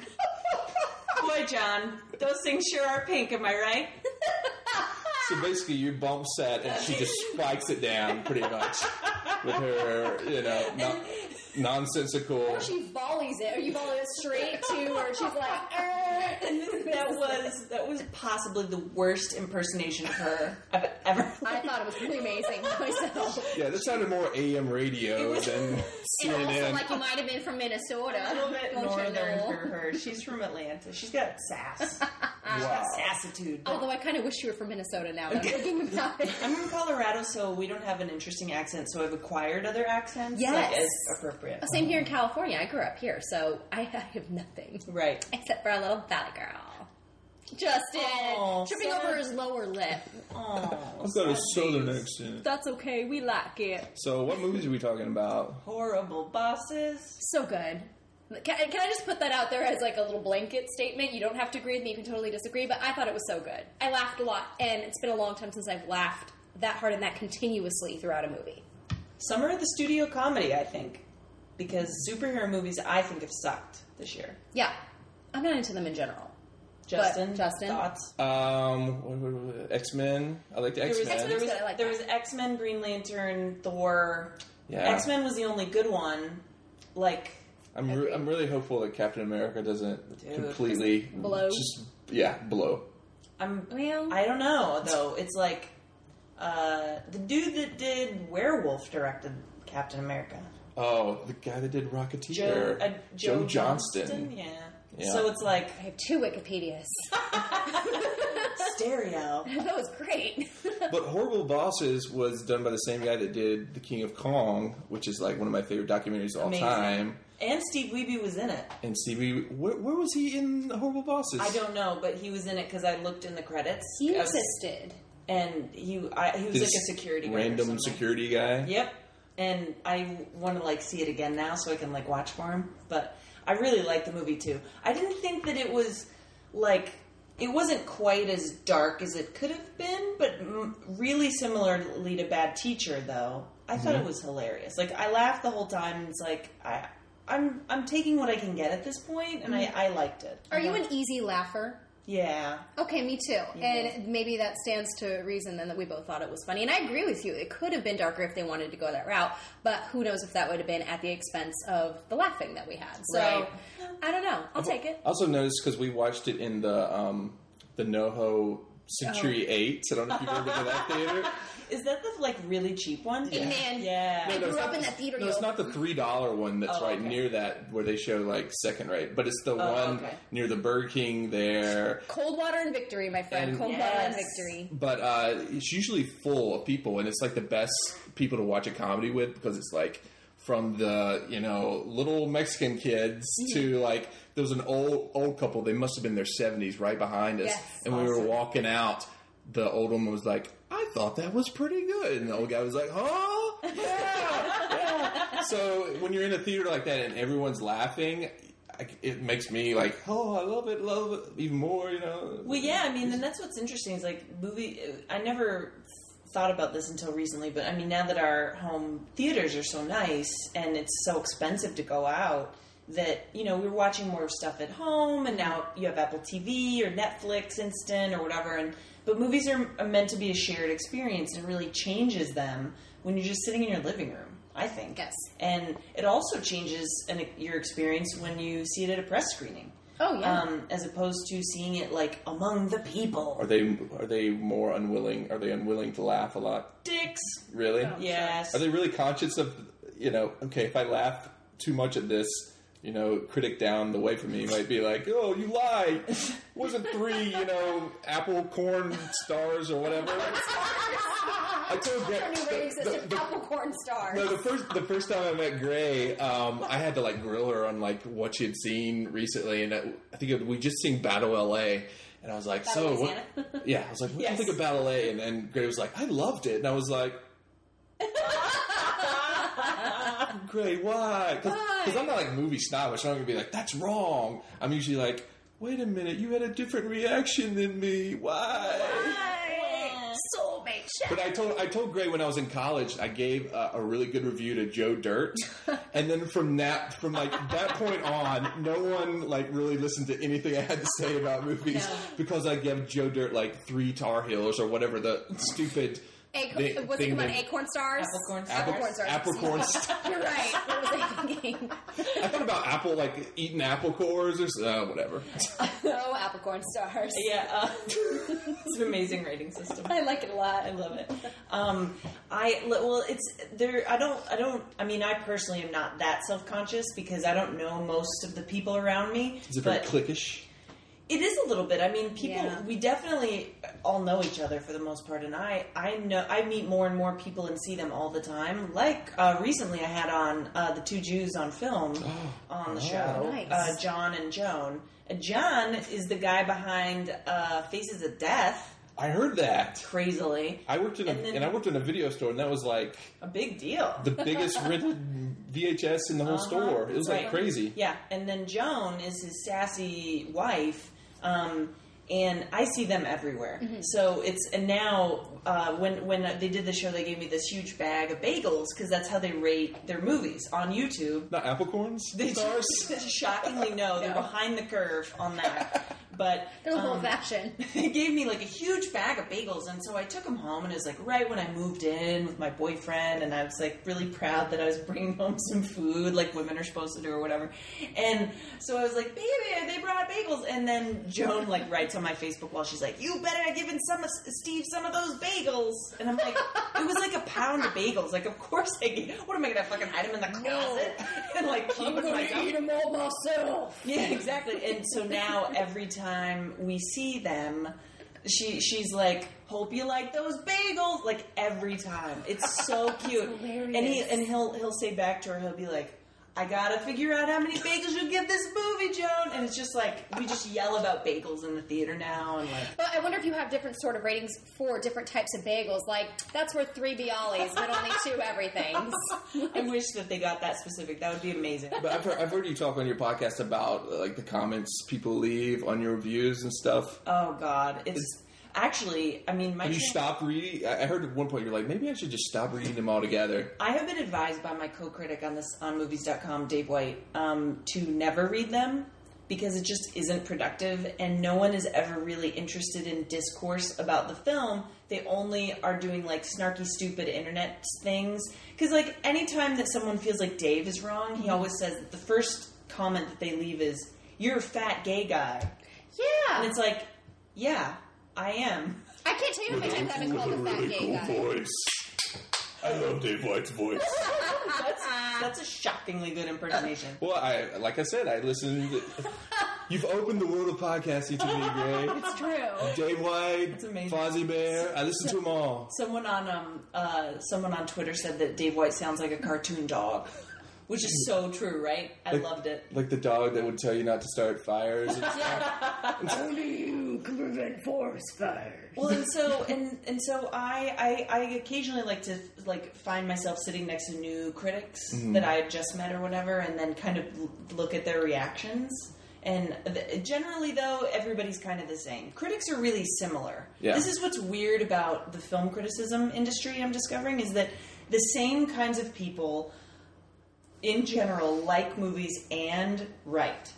[SPEAKER 2] Boy, John, those things sure are pink, am I [laughs] right?
[SPEAKER 3] So basically, you bump set, and she just spikes it down pretty much with her, you know, non- nonsensical.
[SPEAKER 1] She volleys it, or you volley it straight to, or she's like,
[SPEAKER 2] That was that was possibly the worst impersonation of her I've ever.
[SPEAKER 1] I
[SPEAKER 2] [laughs]
[SPEAKER 1] thought it was pretty amazing myself.
[SPEAKER 3] Yeah, that sounded more AM radio
[SPEAKER 2] [laughs]
[SPEAKER 3] than
[SPEAKER 1] And also,
[SPEAKER 3] CNN.
[SPEAKER 1] like you might have been from Minnesota.
[SPEAKER 2] A little bit
[SPEAKER 1] Don't you
[SPEAKER 2] northern
[SPEAKER 1] know?
[SPEAKER 2] for her. She's from Atlanta. She's got sass. She's
[SPEAKER 3] Wow.
[SPEAKER 2] got sassitude. but-
[SPEAKER 1] Although I kind of wish you were from Minnesota now. That I'm thinking about it.
[SPEAKER 2] I'm from Colorado, so we don't have an interesting accent, so I've acquired other accents
[SPEAKER 1] Yes.
[SPEAKER 2] like, as appropriate.
[SPEAKER 1] Same here in California. I grew up here, so I, I have nothing
[SPEAKER 2] Right.
[SPEAKER 1] except for a little valley girl. Justin
[SPEAKER 2] Aw,
[SPEAKER 1] tripping
[SPEAKER 2] sad.
[SPEAKER 1] over his lower lip.
[SPEAKER 2] Oh,
[SPEAKER 3] I've got a southern accent.
[SPEAKER 1] That's okay. We like it.
[SPEAKER 3] So, what movies are we talking about?
[SPEAKER 2] horrible bosses.
[SPEAKER 1] So good. Can, can I just put that out there as like a little blanket statement? You don't have to agree with me. You can totally disagree. But I thought it was so good. I laughed a lot, and it's been a long time since I've laughed that hard and that continuously throughout a movie.
[SPEAKER 2] Summer of the studio comedy, I think, because superhero movies I think have sucked this year.
[SPEAKER 1] Yeah, I'm not into them in general.
[SPEAKER 2] Justin,
[SPEAKER 1] Justin?
[SPEAKER 2] thoughts?
[SPEAKER 3] Um, X Men. I like the
[SPEAKER 2] There
[SPEAKER 3] X
[SPEAKER 2] was
[SPEAKER 3] Men.
[SPEAKER 1] X-Men's
[SPEAKER 2] there was,
[SPEAKER 1] good, I like
[SPEAKER 2] there
[SPEAKER 1] that.
[SPEAKER 2] was X Men, Green Lantern, Thor.
[SPEAKER 3] Yeah.
[SPEAKER 2] X Men was the only good one. Like
[SPEAKER 3] I'm re- I'm really hopeful that Captain America doesn't
[SPEAKER 2] Dude.
[SPEAKER 3] completely
[SPEAKER 1] Blow.
[SPEAKER 3] Just yeah, blow.
[SPEAKER 2] I'm.
[SPEAKER 1] Well-
[SPEAKER 2] I don't know though. It's like uh, the dude that did Werewolf directed Captain America.
[SPEAKER 3] Oh, the guy that did Rocketeer,
[SPEAKER 2] Joe, uh,
[SPEAKER 3] Joe,
[SPEAKER 2] Joe,
[SPEAKER 3] Johnston.
[SPEAKER 2] Yeah.
[SPEAKER 3] Yeah.
[SPEAKER 2] So it's like
[SPEAKER 1] I have two Wikipedias. [laughs]
[SPEAKER 2] stereo.
[SPEAKER 1] that was great.
[SPEAKER 3] But Horrible Bosses was done by the same guy that did The King of Kong, which is like one of my favorite documentaries of all
[SPEAKER 2] Amazing.
[SPEAKER 3] time.
[SPEAKER 2] And Steve Weeby was in it.
[SPEAKER 3] And Stevie, where, where was he in Horrible Bosses?
[SPEAKER 2] I don't know, but he was in it because I looked in the credits.
[SPEAKER 1] He
[SPEAKER 2] I was-
[SPEAKER 1] existed.
[SPEAKER 2] and he, I, he was
[SPEAKER 3] This
[SPEAKER 2] like a security guard or
[SPEAKER 3] random
[SPEAKER 2] something.
[SPEAKER 3] security guy.
[SPEAKER 2] Yep. And I want to like see it again now so I can like watch for him. But I really liked the movie too. I didn't think that it was like it wasn't quite as dark as it could have been, but m- really similarly to Bad Teacher though. I thought it was hilarious. Like I laughed the whole time. And it's like I. I'm I'm taking what I can get at this point, and I, I liked it. Uh-huh.
[SPEAKER 1] Are you an easy laugher?
[SPEAKER 2] Yeah,
[SPEAKER 1] Okay, me too. And maybe that stands to reason then that we both thought it was funny. And I agree with you. It could have been darker if they wanted to go that route, but who knows if that would have been at the expense of the laughing that we had. So
[SPEAKER 2] Right.
[SPEAKER 1] I don't know. I'll take it.
[SPEAKER 3] I also noticed because we watched it in the um, the NoHo Century
[SPEAKER 2] Oh.
[SPEAKER 3] Eight. So I don't know if you've ever been to that theater.
[SPEAKER 2] [laughs] is that the like really cheap one?
[SPEAKER 1] Hey, man.
[SPEAKER 2] yeah.
[SPEAKER 1] I
[SPEAKER 3] No, it's
[SPEAKER 1] grew up
[SPEAKER 3] not-
[SPEAKER 1] in that theater.
[SPEAKER 3] No, it's
[SPEAKER 1] yo.
[SPEAKER 3] not the three dollar one that's
[SPEAKER 2] Oh,
[SPEAKER 3] right
[SPEAKER 2] okay. Oh,
[SPEAKER 3] near that where they show like second rate, but it's the one
[SPEAKER 2] okay.
[SPEAKER 3] near the Burger King there.
[SPEAKER 1] Cold water and victory, my friend.
[SPEAKER 3] And-
[SPEAKER 1] Cold water and
[SPEAKER 2] Yes.
[SPEAKER 1] victory.
[SPEAKER 3] but uh, it's usually full of people, and it's like the best people to watch a comedy with because it's like from the you know little Mexican kids to like there was an old old couple. They must have been their seventies, right behind us,
[SPEAKER 4] Yes,
[SPEAKER 3] and we were
[SPEAKER 4] awesome.
[SPEAKER 3] walking out. The old woman was like, "I thought that was pretty good," and the old guy was like, "Huh." Yeah, yeah." [laughs] So when you're in a theater like that and everyone's laughing, I- it makes me like, "Oh, I love it, love it even more," you know.
[SPEAKER 2] Well, yeah, I mean, and that's what's interesting is like movie. I never thought about this until recently, but I mean, now that our home theaters are so nice and it's so expensive to go out, that you know we're watching more stuff at home, and now you have Apple TV or Netflix Instant or whatever. And but movies are, are meant to be a shared experience, and it really changes them when you're just sitting in your living room. I think
[SPEAKER 4] Yes.
[SPEAKER 2] and it also changes an, your experience when you see it at a press screening
[SPEAKER 4] Oh yeah.
[SPEAKER 1] [laughs]
[SPEAKER 2] um, as opposed to seeing it like among the people.
[SPEAKER 3] Are they are they more unwilling? Are they unwilling to laugh a lot?
[SPEAKER 2] Dicks.
[SPEAKER 3] Really?
[SPEAKER 2] Yes.
[SPEAKER 3] Are they really conscious of you know? Okay, if I laugh too much at this, you know, critic down the way from me might be like, "Oh, you lie! Wasn't three you know apple corn stars or whatever?"
[SPEAKER 4] [laughs]
[SPEAKER 3] I told Gre-
[SPEAKER 4] New waves that said apple corn stars.
[SPEAKER 3] No, the first the first time I met Gray, um, I had to like grill her on like what she had seen recently, and I, I think it, we just seen Battle L.A. And I was like,
[SPEAKER 4] Battle
[SPEAKER 3] so what?
[SPEAKER 4] Louisiana?
[SPEAKER 3] Yeah, I was like, what
[SPEAKER 2] Yes.
[SPEAKER 3] do you think of Battle L.A.? And then Gray was like, I loved it, and I was like, Gray, why? Because I'm not like movie snobbish. I'm not gonna be like, that's wrong. I'm usually like, wait a minute, you had a different reaction than me. Why?
[SPEAKER 4] Soulmate
[SPEAKER 3] But I told I told Gray when I was in college, I gave a, a really good review to
[SPEAKER 2] [laughs]
[SPEAKER 3] Joe Dirt, and then from that from like that point on, no one like really listened to anything I had to say about movies
[SPEAKER 4] No.
[SPEAKER 3] because I gave Joe Dirt like three Tar Heels or whatever the stupid
[SPEAKER 4] Acorn,
[SPEAKER 3] thi-
[SPEAKER 4] what's it
[SPEAKER 3] thing
[SPEAKER 4] called?
[SPEAKER 3] they-
[SPEAKER 4] Acorn stars.
[SPEAKER 2] Apple corn stars.
[SPEAKER 3] apple,
[SPEAKER 4] corn stars.
[SPEAKER 2] [laughs]
[SPEAKER 3] apple corn. st-
[SPEAKER 4] You're right. What was I thinking?
[SPEAKER 3] [laughs] I thought about apple like eating apple cores or s- uh, whatever.
[SPEAKER 4] oh, apple corn stars.
[SPEAKER 2] Yeah, uh, [laughs] it's an amazing rating system.
[SPEAKER 4] I like it a lot.
[SPEAKER 2] I love it. Um, I li- well, it's there. I don't. I don't. I mean, I personally am not that self conscious because I don't know most of the people around me.
[SPEAKER 3] Is it very
[SPEAKER 2] but-
[SPEAKER 3] cliquish?
[SPEAKER 2] It is a little bit. I mean, people.
[SPEAKER 4] Yeah.
[SPEAKER 2] We definitely all know each other for the most part, and I, I know, I meet more and more people and see them all the time. Like uh, recently, I had on uh, the two Jews on film on the show,
[SPEAKER 4] Nice.
[SPEAKER 2] uh, John and Joan. Uh, John is the guy behind uh, Faces of Death,
[SPEAKER 3] I heard that.
[SPEAKER 2] crazily,
[SPEAKER 3] I worked in a,
[SPEAKER 2] And then-
[SPEAKER 3] and I worked in a video store, and that was like
[SPEAKER 2] a big deal. [laughs]
[SPEAKER 3] the biggest rented VHS in the whole store. It was like
[SPEAKER 2] Uh-huh. Right.
[SPEAKER 3] crazy.
[SPEAKER 2] Yeah, and then Joan is his sassy wife, um, and I see them everywhere. So it's and now uh, when when they did the show, they gave me this huge bag of bagels because that's how they rate their movies on YouTube.
[SPEAKER 3] Not apple corns?
[SPEAKER 2] They
[SPEAKER 3] stars?
[SPEAKER 2] [laughs] shockingly no, they're behind the curve on that. But
[SPEAKER 4] They're a little
[SPEAKER 2] um, [laughs]
[SPEAKER 4] fashion.
[SPEAKER 2] they gave me like a huge bag of bagels and so i took them home and it was like right when i moved in with my boyfriend and i was like really proud that i was bringing [laughs] home some food like women are supposed to do or whatever and so i was like baby they brought bagels and then joan like writes on my facebook wall she's like you better have given some of steve some of those bagels and i'm like it was like a pound of bagels like of course i gave what am i gonna fucking hide them in the closet [laughs] and like keep them like, I'm
[SPEAKER 4] them all myself.
[SPEAKER 2] yeah, exactly. And so now every time we see them, she she's like, "Hope you like those bagels." Like every time, it's so cute. and he
[SPEAKER 4] hilarious.
[SPEAKER 2] and he'll he'll say back to her, he'll be like. I gotta figure out how many bagels you'll give this movie, Joan. And it's just like we just yell about bagels in the theater now, and like
[SPEAKER 4] But I wonder if you have different sort of ratings for different types of bagels. Like that's worth three Bialys, but only two
[SPEAKER 2] [laughs]
[SPEAKER 4] everythings.
[SPEAKER 2] I wish that they got that specific. That would be amazing.
[SPEAKER 3] But I've heard, I've heard you talk on your podcast about uh, like the comments people leave on your reviews and stuff.
[SPEAKER 2] Oh God, it's actually. I mean, my
[SPEAKER 3] Have you
[SPEAKER 2] channel-
[SPEAKER 3] stopped reading? I I heard at one point you're like, maybe I should just stop reading them all together.
[SPEAKER 2] I have been advised by my co-critic on this on movies.com, Dave White, um, to never read them because it just isn't productive and no one is ever really interested in discourse about the film. They only are doing like snarky stupid internet things cuz like anytime that someone feels like Dave is wrong, he always says that the first comment that they leave is you're a fat gay guy. And
[SPEAKER 4] Yeah,
[SPEAKER 2] it's like, yeah, I am.
[SPEAKER 4] I can't tell you how many times I've been called a fat gay guy.
[SPEAKER 3] voice. I love Dave White's voice.
[SPEAKER 2] That's
[SPEAKER 1] Ah.
[SPEAKER 4] [laughs]
[SPEAKER 2] that's a shockingly good impersonation.
[SPEAKER 3] [laughs] well, I like I said, I listened.
[SPEAKER 4] [laughs]
[SPEAKER 3] You've opened the world of podcasting to me, Gray.
[SPEAKER 4] It's true.
[SPEAKER 3] Dave White,
[SPEAKER 2] amazing.
[SPEAKER 3] Fozzie Bear. I listened to them all.
[SPEAKER 2] Someone on um uh, someone on Twitter said that Dave White sounds like a cartoon dog. which is so true, right? I
[SPEAKER 3] Like-
[SPEAKER 2] loved it.
[SPEAKER 3] Like the dog that would tell you not to start fires. It's
[SPEAKER 2] Well, and so and and so I, I I occasionally like to like find myself sitting next to new critics that I had just met or whatever, and then kind of l- look at their reactions. And th- generally, though, everybody's kind of the same. Critics are really similar.
[SPEAKER 3] Yeah.
[SPEAKER 2] This is what's weird about the film criticism industry. I'm discovering is that the same kinds of people, in general, like movies and write.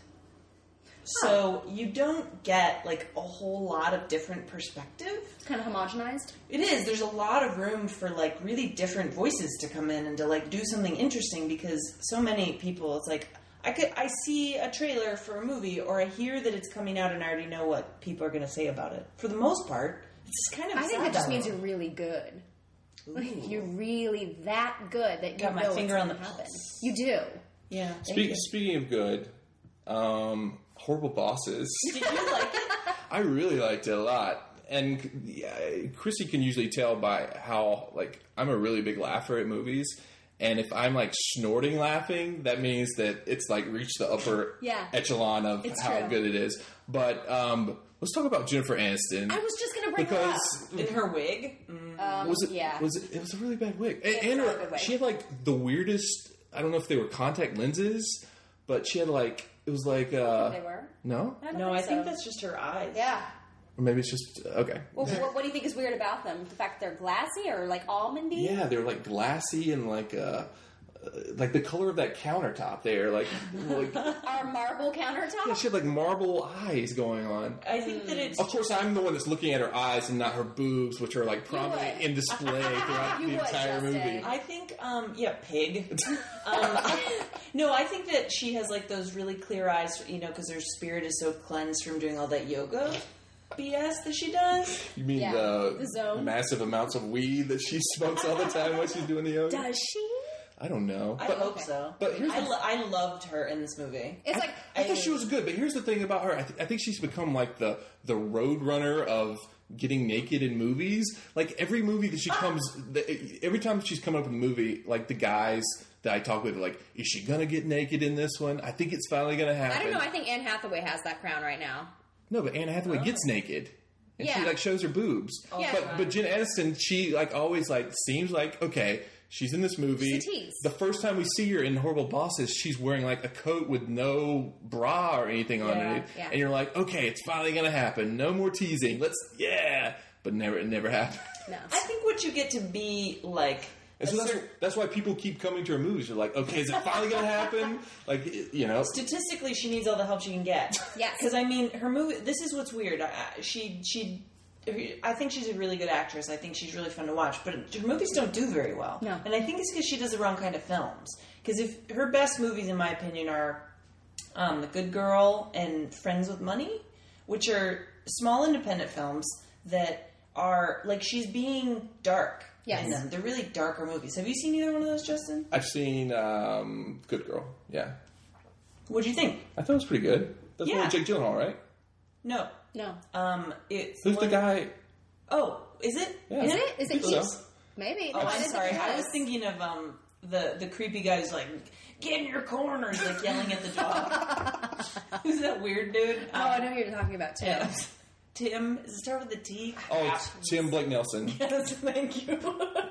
[SPEAKER 2] So you don't get like a whole lot of different perspective.
[SPEAKER 4] It's kind of homogenized.
[SPEAKER 2] It is. There's a lot of room for like really different voices to come in and to like do something interesting because so many people it's like I could I see a trailer for a movie or I hear that it's coming out and I already know what people are going to say about it. For the most part, it's just kind of
[SPEAKER 4] I think that just
[SPEAKER 2] sad.
[SPEAKER 4] means you're really good. Like, you're really that good that you
[SPEAKER 2] Got my
[SPEAKER 4] know
[SPEAKER 2] finger
[SPEAKER 4] it's
[SPEAKER 2] on the
[SPEAKER 4] gonna happen.
[SPEAKER 2] pulse.
[SPEAKER 4] You do.
[SPEAKER 2] yeah.
[SPEAKER 3] Speak, speaking of good, um, horrible bosses.
[SPEAKER 2] Did you like it?
[SPEAKER 3] [laughs] I really liked it a lot. And yeah, Chrissy can usually tell by how like I'm a really big laugher at movies. And if I'm like snorting laughing, that means that it's like reached the upper
[SPEAKER 4] Yeah.
[SPEAKER 3] echelon of
[SPEAKER 4] It's
[SPEAKER 3] how
[SPEAKER 4] true.
[SPEAKER 3] good it is. But um, let's talk about Jennifer Aniston.
[SPEAKER 4] I was just gonna bring her up. Um,
[SPEAKER 3] because
[SPEAKER 2] In her wig? Mm.
[SPEAKER 3] was it
[SPEAKER 4] yeah.
[SPEAKER 3] was it, it was a really bad wig. And,
[SPEAKER 4] was
[SPEAKER 3] and
[SPEAKER 4] a
[SPEAKER 3] her-
[SPEAKER 4] really bad wig.
[SPEAKER 3] she had like the weirdest. I don't know if they were contact lenses, but she had like it was like
[SPEAKER 1] Oh,
[SPEAKER 3] uh,
[SPEAKER 4] They were.
[SPEAKER 3] no,
[SPEAKER 4] I don't
[SPEAKER 2] No, I
[SPEAKER 4] so.
[SPEAKER 2] think that's just her eyes.
[SPEAKER 4] yeah.
[SPEAKER 3] or maybe it's just okay.
[SPEAKER 1] Well, what, what do you think is weird about them? The fact that they're glassy or like almondy?
[SPEAKER 3] Yeah, they were like glassy and like uh, uh, like the color of that countertop there. Like, like yeah,
[SPEAKER 1] Our marble countertop?
[SPEAKER 3] she had like marble eyes going on.
[SPEAKER 2] I think that
[SPEAKER 4] Hmm.
[SPEAKER 2] it's
[SPEAKER 3] Of course, I'm the one that's looking at her eyes and not her boobs, which are like prominent
[SPEAKER 1] would.
[SPEAKER 3] in display throughout
[SPEAKER 1] You
[SPEAKER 3] the
[SPEAKER 1] would,
[SPEAKER 3] entire
[SPEAKER 1] Justin.
[SPEAKER 3] movie.
[SPEAKER 2] I think, um, yeah, pig. um, [laughs] no, I think that she has like those really clear eyes, you know, because her spirit is so cleansed from doing all that yoga BS that she does.
[SPEAKER 3] You mean
[SPEAKER 1] Yeah,
[SPEAKER 3] the,
[SPEAKER 1] the zone.
[SPEAKER 3] massive amounts of weed that she smokes all the time when she's doing the yoga?
[SPEAKER 1] Does she?
[SPEAKER 3] I don't know.
[SPEAKER 2] I
[SPEAKER 3] But
[SPEAKER 2] hope so.
[SPEAKER 3] but here's
[SPEAKER 2] I,
[SPEAKER 3] the-
[SPEAKER 2] lo- I loved her in this movie.
[SPEAKER 1] It's like
[SPEAKER 3] I thought she was good, but here's the thing about her. I, th- I think she's become like the the roadrunner of getting naked in movies. Like every movie that she
[SPEAKER 1] Ah.
[SPEAKER 3] comes, the, every time she's coming up with a movie, like the guys that I talk with, are like, is she gonna get naked in this one? I think it's finally gonna happen.
[SPEAKER 1] I don't know. I think Anne Hathawaway has that crown right now.
[SPEAKER 3] No, but Anne Hathaway gets naked. And she
[SPEAKER 1] Yeah. Oh,
[SPEAKER 3] like shows her boobs.
[SPEAKER 1] Yeah.
[SPEAKER 3] But but Jen Aniston, she like always like seems like okay, she's in this movie.
[SPEAKER 1] She's a tease.
[SPEAKER 3] The first time we see her in Horrible Bosses, she's wearing like a coat with no bra or anything on it.
[SPEAKER 1] yeah.
[SPEAKER 3] And you're like, okay, it's finally gonna happen. No more teasing. Let's yeah. But never it never [laughs] happened.
[SPEAKER 1] No.
[SPEAKER 2] I think what you get to be like.
[SPEAKER 3] And so
[SPEAKER 2] a
[SPEAKER 3] that's,
[SPEAKER 2] cer-
[SPEAKER 3] that's why people keep coming to her movies. You're like, okay, is it finally gonna
[SPEAKER 1] [laughs]
[SPEAKER 3] happen? Like, you know,
[SPEAKER 2] statistically, she needs all the help she can get.
[SPEAKER 1] Yes.
[SPEAKER 2] because I mean, her movie. This is what's weird. I, I- she she. I think she's a really good actress. I think she's really fun to watch, but her movies don't do very well.
[SPEAKER 1] No.
[SPEAKER 2] And I think it's because she does the wrong kind of films. Because if her best movies, in my opinion, are um, The Good Girl and Friends with Money, which are small independent films that are like she's being dark.
[SPEAKER 1] Yes.
[SPEAKER 2] in them. they're really darker movies. Have you seen either one of those, Justin?
[SPEAKER 3] I've seen um, Good Girl. Yeah,
[SPEAKER 2] What'd you think?
[SPEAKER 3] I thought it was pretty good. That's
[SPEAKER 2] Yeah.
[SPEAKER 3] yeah. Jake Gyllenhaal, right?
[SPEAKER 2] No.
[SPEAKER 1] No.
[SPEAKER 2] Um, it's
[SPEAKER 3] Who's
[SPEAKER 2] one-
[SPEAKER 3] the guy?
[SPEAKER 2] Oh, is it?
[SPEAKER 3] Yeah.
[SPEAKER 2] Is
[SPEAKER 1] Is it? Is it
[SPEAKER 3] So.
[SPEAKER 1] Keeps? Maybe.
[SPEAKER 2] Oh,
[SPEAKER 1] No,
[SPEAKER 2] I'm
[SPEAKER 1] didn't
[SPEAKER 2] sorry.
[SPEAKER 1] think it
[SPEAKER 2] I was thinking of um the the creepy guy who's like, get in your corners, like yelling at the dog.
[SPEAKER 1] [laughs]
[SPEAKER 2] who's that weird dude?
[SPEAKER 1] Oh, I know who you're talking about too.
[SPEAKER 2] Tim. Tim. Does it start with a T?
[SPEAKER 3] Oh,
[SPEAKER 2] [laughs]
[SPEAKER 3] it's Tim Blake Nelson.
[SPEAKER 2] Yes, thank you.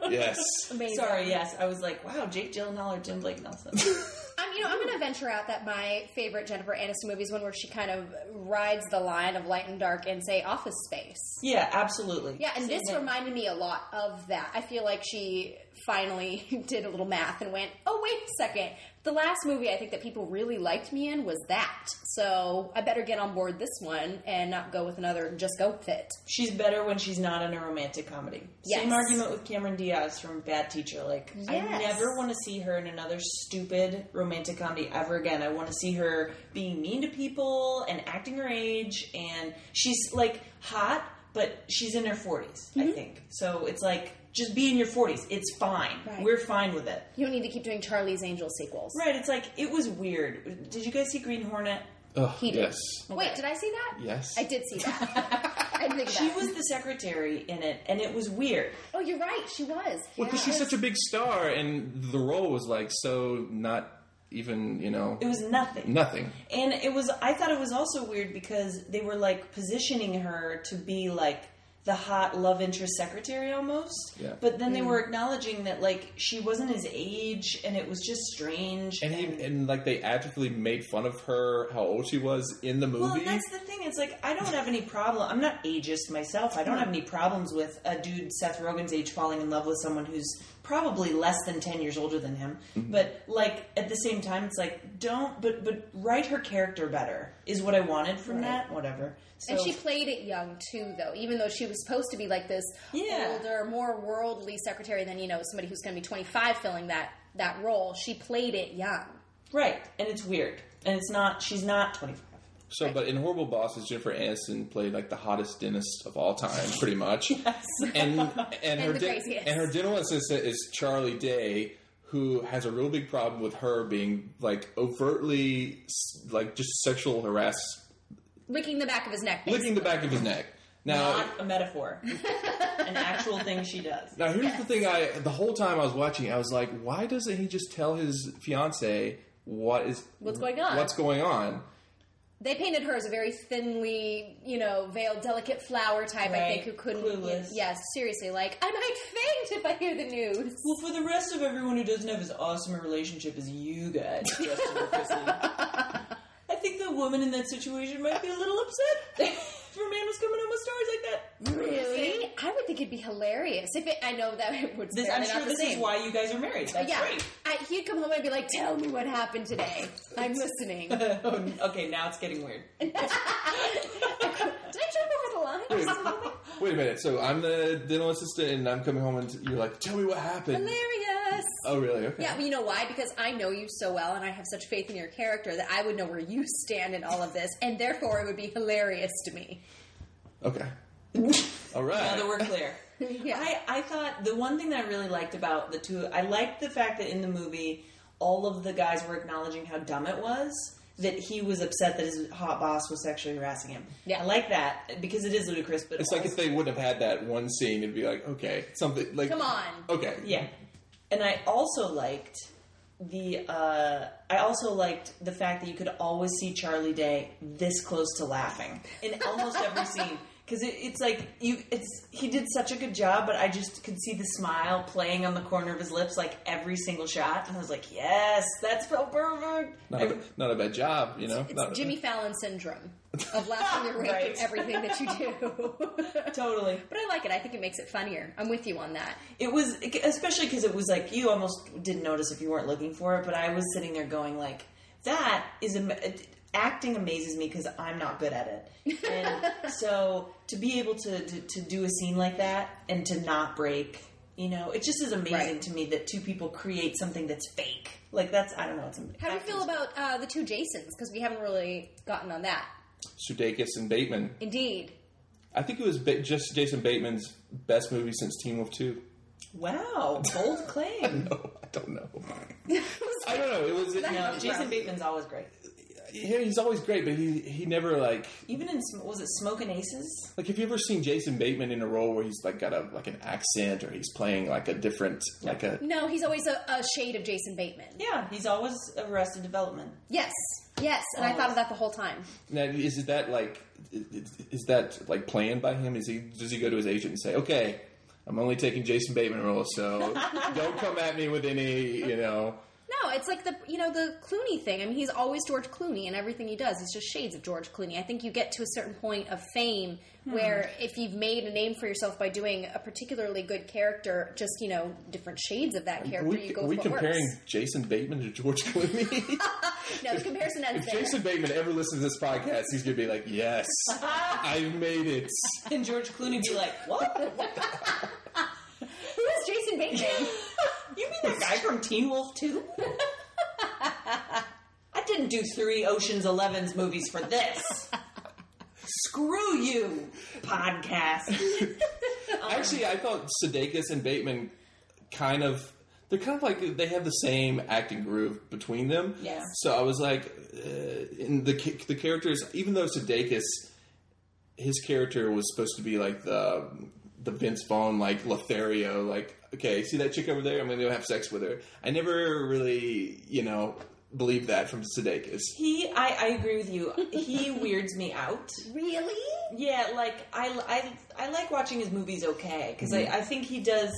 [SPEAKER 3] Yes.
[SPEAKER 1] Amazing.
[SPEAKER 2] Sorry, yes. I was like, wow, Jake Gyllenhaal or Tim Blake Nelson.
[SPEAKER 1] [laughs] I'm, you know, I'm going to venture out that my favorite Jennifer Aniston movie is one where she kind of rides the line of light and dark and say Office Space.
[SPEAKER 2] yeah, absolutely.
[SPEAKER 1] Yeah, and
[SPEAKER 2] Same
[SPEAKER 1] this
[SPEAKER 2] thing.
[SPEAKER 1] reminded me a lot of that. I feel like she finally [laughs] did a little math and went, "Oh, wait a second. The last movie I think that people really liked me in was that. So I better get on board this one and not go with another. Just go with it."
[SPEAKER 2] She's better when she's not in a romantic comedy. Same
[SPEAKER 1] Yes.
[SPEAKER 2] argument with Cameron Diaz from Bad Teacher. Like, I
[SPEAKER 1] Yes.
[SPEAKER 2] never want to see her in another stupid romantic comedy ever again. I want to see her being mean to people and acting her age. And she's like hot, but she's in her 40s,
[SPEAKER 1] Mm-hmm.
[SPEAKER 2] I think. So it's like, just be in your 40s. It's fine.
[SPEAKER 1] Right.
[SPEAKER 2] We're fine with it.
[SPEAKER 1] You don't need to keep doing Charlie's Angels sequels.
[SPEAKER 2] Right. It's like, it was weird. Did you guys see Green Hornet?
[SPEAKER 3] Ugh,
[SPEAKER 1] He did.
[SPEAKER 3] Oh, Yes.
[SPEAKER 1] Wait, did I see that?
[SPEAKER 3] Yes.
[SPEAKER 1] I did see
[SPEAKER 2] [laughs]
[SPEAKER 1] that. I did think
[SPEAKER 2] She
[SPEAKER 1] that.
[SPEAKER 2] was the secretary in it, and it was weird.
[SPEAKER 1] Oh, you're right. She was.
[SPEAKER 3] Well, because she's such a big star, and the role was like so not even you know
[SPEAKER 2] It was nothing.
[SPEAKER 3] nothing.
[SPEAKER 2] And it was I thought it was also weird because they were like positioning her to be like the hot love interest secretary almost.
[SPEAKER 3] Yeah.
[SPEAKER 2] But then they
[SPEAKER 1] Mm.
[SPEAKER 2] were acknowledging that like she wasn't his age and it was just strange.
[SPEAKER 3] And he, and like they actively made fun of her how old she was in the
[SPEAKER 2] well,
[SPEAKER 3] movie.
[SPEAKER 2] and that's the thing. It's like I don't have any problem. I'm not ageist myself. I don't have any problems with a dude Seth Rogen's age falling in love with someone who's probably less than ten years older than him.
[SPEAKER 3] Mm-hmm.
[SPEAKER 2] But like at the same time, it's like don't. But but write her character better is what I wanted from that. Whatever. So,
[SPEAKER 1] And she played it young too, though. Even though she was supposed to be like this
[SPEAKER 2] Yeah.
[SPEAKER 1] older, more worldly secretary than you know somebody who's going to be 25 filling that that role, she played it young.
[SPEAKER 2] Right, and it's weird, and it's not. She's not twenty five.
[SPEAKER 3] so, but in Horrible Bosses, Jennifer Aniston played like the hottest dentist of all time,
[SPEAKER 1] [laughs]
[SPEAKER 3] pretty much. And and, her
[SPEAKER 1] the
[SPEAKER 3] den-
[SPEAKER 1] craziest.
[SPEAKER 3] and her dental assistant is Charlie Day, who has a real big problem with her being like overtly s- like just sexual harass,
[SPEAKER 1] Licking the back of his neck. basically.
[SPEAKER 3] licking the back of his neck. Now,
[SPEAKER 2] Not a [laughs] metaphor, an actual thing she does.
[SPEAKER 3] Now here's the thing: I the whole time I was watching, I was like, why doesn't he just tell his fiance what is
[SPEAKER 1] What's going on?
[SPEAKER 3] What's going on?
[SPEAKER 1] They painted her as a very thinly, you know, veiled, delicate flower type, I
[SPEAKER 2] Right.
[SPEAKER 1] think, who couldn't.
[SPEAKER 2] Clueless.
[SPEAKER 1] Yes, seriously. Like, I might faint if I hear the news.
[SPEAKER 2] Well, for the rest of everyone who doesn't have as awesome a relationship as you guys, [laughs] Justin and Chrissy, I think the woman in that situation might be a little upset [laughs] if her man was coming home with stories like that.
[SPEAKER 1] Really? I would think it'd be hilarious. If it, I know that it would.
[SPEAKER 2] This, I'm
[SPEAKER 1] barely
[SPEAKER 2] sure
[SPEAKER 1] not the
[SPEAKER 2] this
[SPEAKER 1] same.
[SPEAKER 2] is why you guys are married. That's
[SPEAKER 1] Yeah,
[SPEAKER 2] great.
[SPEAKER 1] I, he'd come home and I'd be like, "Tell me what happened today. I'm listening.
[SPEAKER 2] [laughs]
[SPEAKER 1] Did
[SPEAKER 2] Okay, now it's getting weird.
[SPEAKER 1] I jump over the line?" or something?
[SPEAKER 3] Wait a minute. So I'm the dental assistant, and I'm coming home, and you're like, "Tell me what happened."
[SPEAKER 1] Hilarious.
[SPEAKER 3] Oh, really? Okay.
[SPEAKER 1] Yeah, but you know why? Because I know you so well, and I have such faith in your character that I would know where you stand in all of this, and therefore it would be hilarious to me. [laughs]
[SPEAKER 3] Okay. All right.
[SPEAKER 2] Now that we're clear.
[SPEAKER 1] Yeah.
[SPEAKER 2] I, I thought the one thing that I really liked about the two, I liked the fact that in the movie, all of the guys were acknowledging how dumb it was that he was upset that his hot boss was sexually harassing him.
[SPEAKER 1] Yeah.
[SPEAKER 2] I like that because it is ludicrous, but
[SPEAKER 3] it's like if they wouldn't have had that one scene, it'd be like, okay, something like.
[SPEAKER 1] Come on.
[SPEAKER 3] Okay.
[SPEAKER 2] Yeah. And I also liked the uh I also liked the fact that you could always see Charlie Day this close to laughing in almost every scene cuz it, it's like you it's he did such a good job but I just could see the smile playing on the corner of his lips like every single shot and I was like yes that's so perfect
[SPEAKER 3] Not a, not a bad job, you know.
[SPEAKER 1] It's
[SPEAKER 3] Not-
[SPEAKER 1] Jimmy Fallon syndrome of laughing your way
[SPEAKER 2] Right.
[SPEAKER 1] through everything that you
[SPEAKER 2] [laughs]
[SPEAKER 1] do. but
[SPEAKER 2] totally
[SPEAKER 1] I like it. I think it makes it funnier. I'm with you on that.
[SPEAKER 2] it was especially because it was like you almost didn't notice if you weren't looking for it but i was sitting there going like that is am- acting amazes me because i'm not good at it
[SPEAKER 1] [laughs]
[SPEAKER 2] and so to be able to, to to do a scene like that and to not break you know it just is amazing
[SPEAKER 1] Right.
[SPEAKER 2] to me that two people create something that's fake like that's i don't know it's
[SPEAKER 1] How do you feel about uh, the two Jasons? Because we haven't really gotten on that.
[SPEAKER 3] Sudeikis and Bateman.
[SPEAKER 1] Indeed.
[SPEAKER 3] I think it was ba- just Jason Bateman's best movie since Teen Wolf Two. [laughs]
[SPEAKER 2] wow bold
[SPEAKER 1] [laughs]
[SPEAKER 2] claim
[SPEAKER 3] Oh, I don't know. I don't know. It was
[SPEAKER 2] no, jason bateman's always great
[SPEAKER 3] yeah, he's always great, but he he never like
[SPEAKER 2] even in Sm- was it smoking aces
[SPEAKER 3] like have you ever seen Jason Bateman in a role where he's like got a like an accent or he's playing like a different like a
[SPEAKER 1] No, he's always a, a shade of Jason Bateman.
[SPEAKER 2] yeah he's always arrested development
[SPEAKER 1] Yes, yes, and I thought of that the whole time.
[SPEAKER 3] now is it that like is is that like planned by him? Is he does he go to his agent and say okay? I'm only taking Jason Bateman roles, so don't come at me with any, you know.
[SPEAKER 1] No, it's like the you know the Clooney thing. I mean, he's always George Clooney, and everything he does, he's just shades of George Clooney. I think you get to a certain point of fame where if you've made a name for yourself by doing a particularly good character, just you know different shades of that
[SPEAKER 3] Are
[SPEAKER 1] character,
[SPEAKER 3] we,
[SPEAKER 1] you go
[SPEAKER 3] are
[SPEAKER 1] with
[SPEAKER 3] we
[SPEAKER 1] what
[SPEAKER 3] comparing
[SPEAKER 1] works.
[SPEAKER 3] Jason Bateman to George Clooney?
[SPEAKER 1] [laughs] No, the comparison
[SPEAKER 3] [laughs]
[SPEAKER 1] ends
[SPEAKER 3] if
[SPEAKER 1] there. [laughs]
[SPEAKER 3] Jason Bateman ever listens to this podcast, he's going to be like, yes, I've made it.
[SPEAKER 2] and george clooney be like what
[SPEAKER 1] Who is Jason
[SPEAKER 3] [laughs]
[SPEAKER 1] Bateman?
[SPEAKER 2] You mean that guy from Teen Wolf 2? [laughs] I didn't do three Ocean's Eleven's movies for this. Screw you, podcast.
[SPEAKER 3] Actually, I thought Sudeikis and Bateman kind of they're kind of like they have the same acting groove between them.
[SPEAKER 2] Yeah.
[SPEAKER 3] So I was like, uh, in the ca- the characters, even though Sudeikis, his character was supposed to be like the the Vince Vaughn like Lothario, like okay, see that chick over there? I'm gonna go have sex with her. I never really, you know. believe that from Sudeikis.
[SPEAKER 2] He, I, I agree with you. He weirds me out.
[SPEAKER 1] Really?
[SPEAKER 2] Yeah, like I, I, I like watching his movies okay because I, I think he does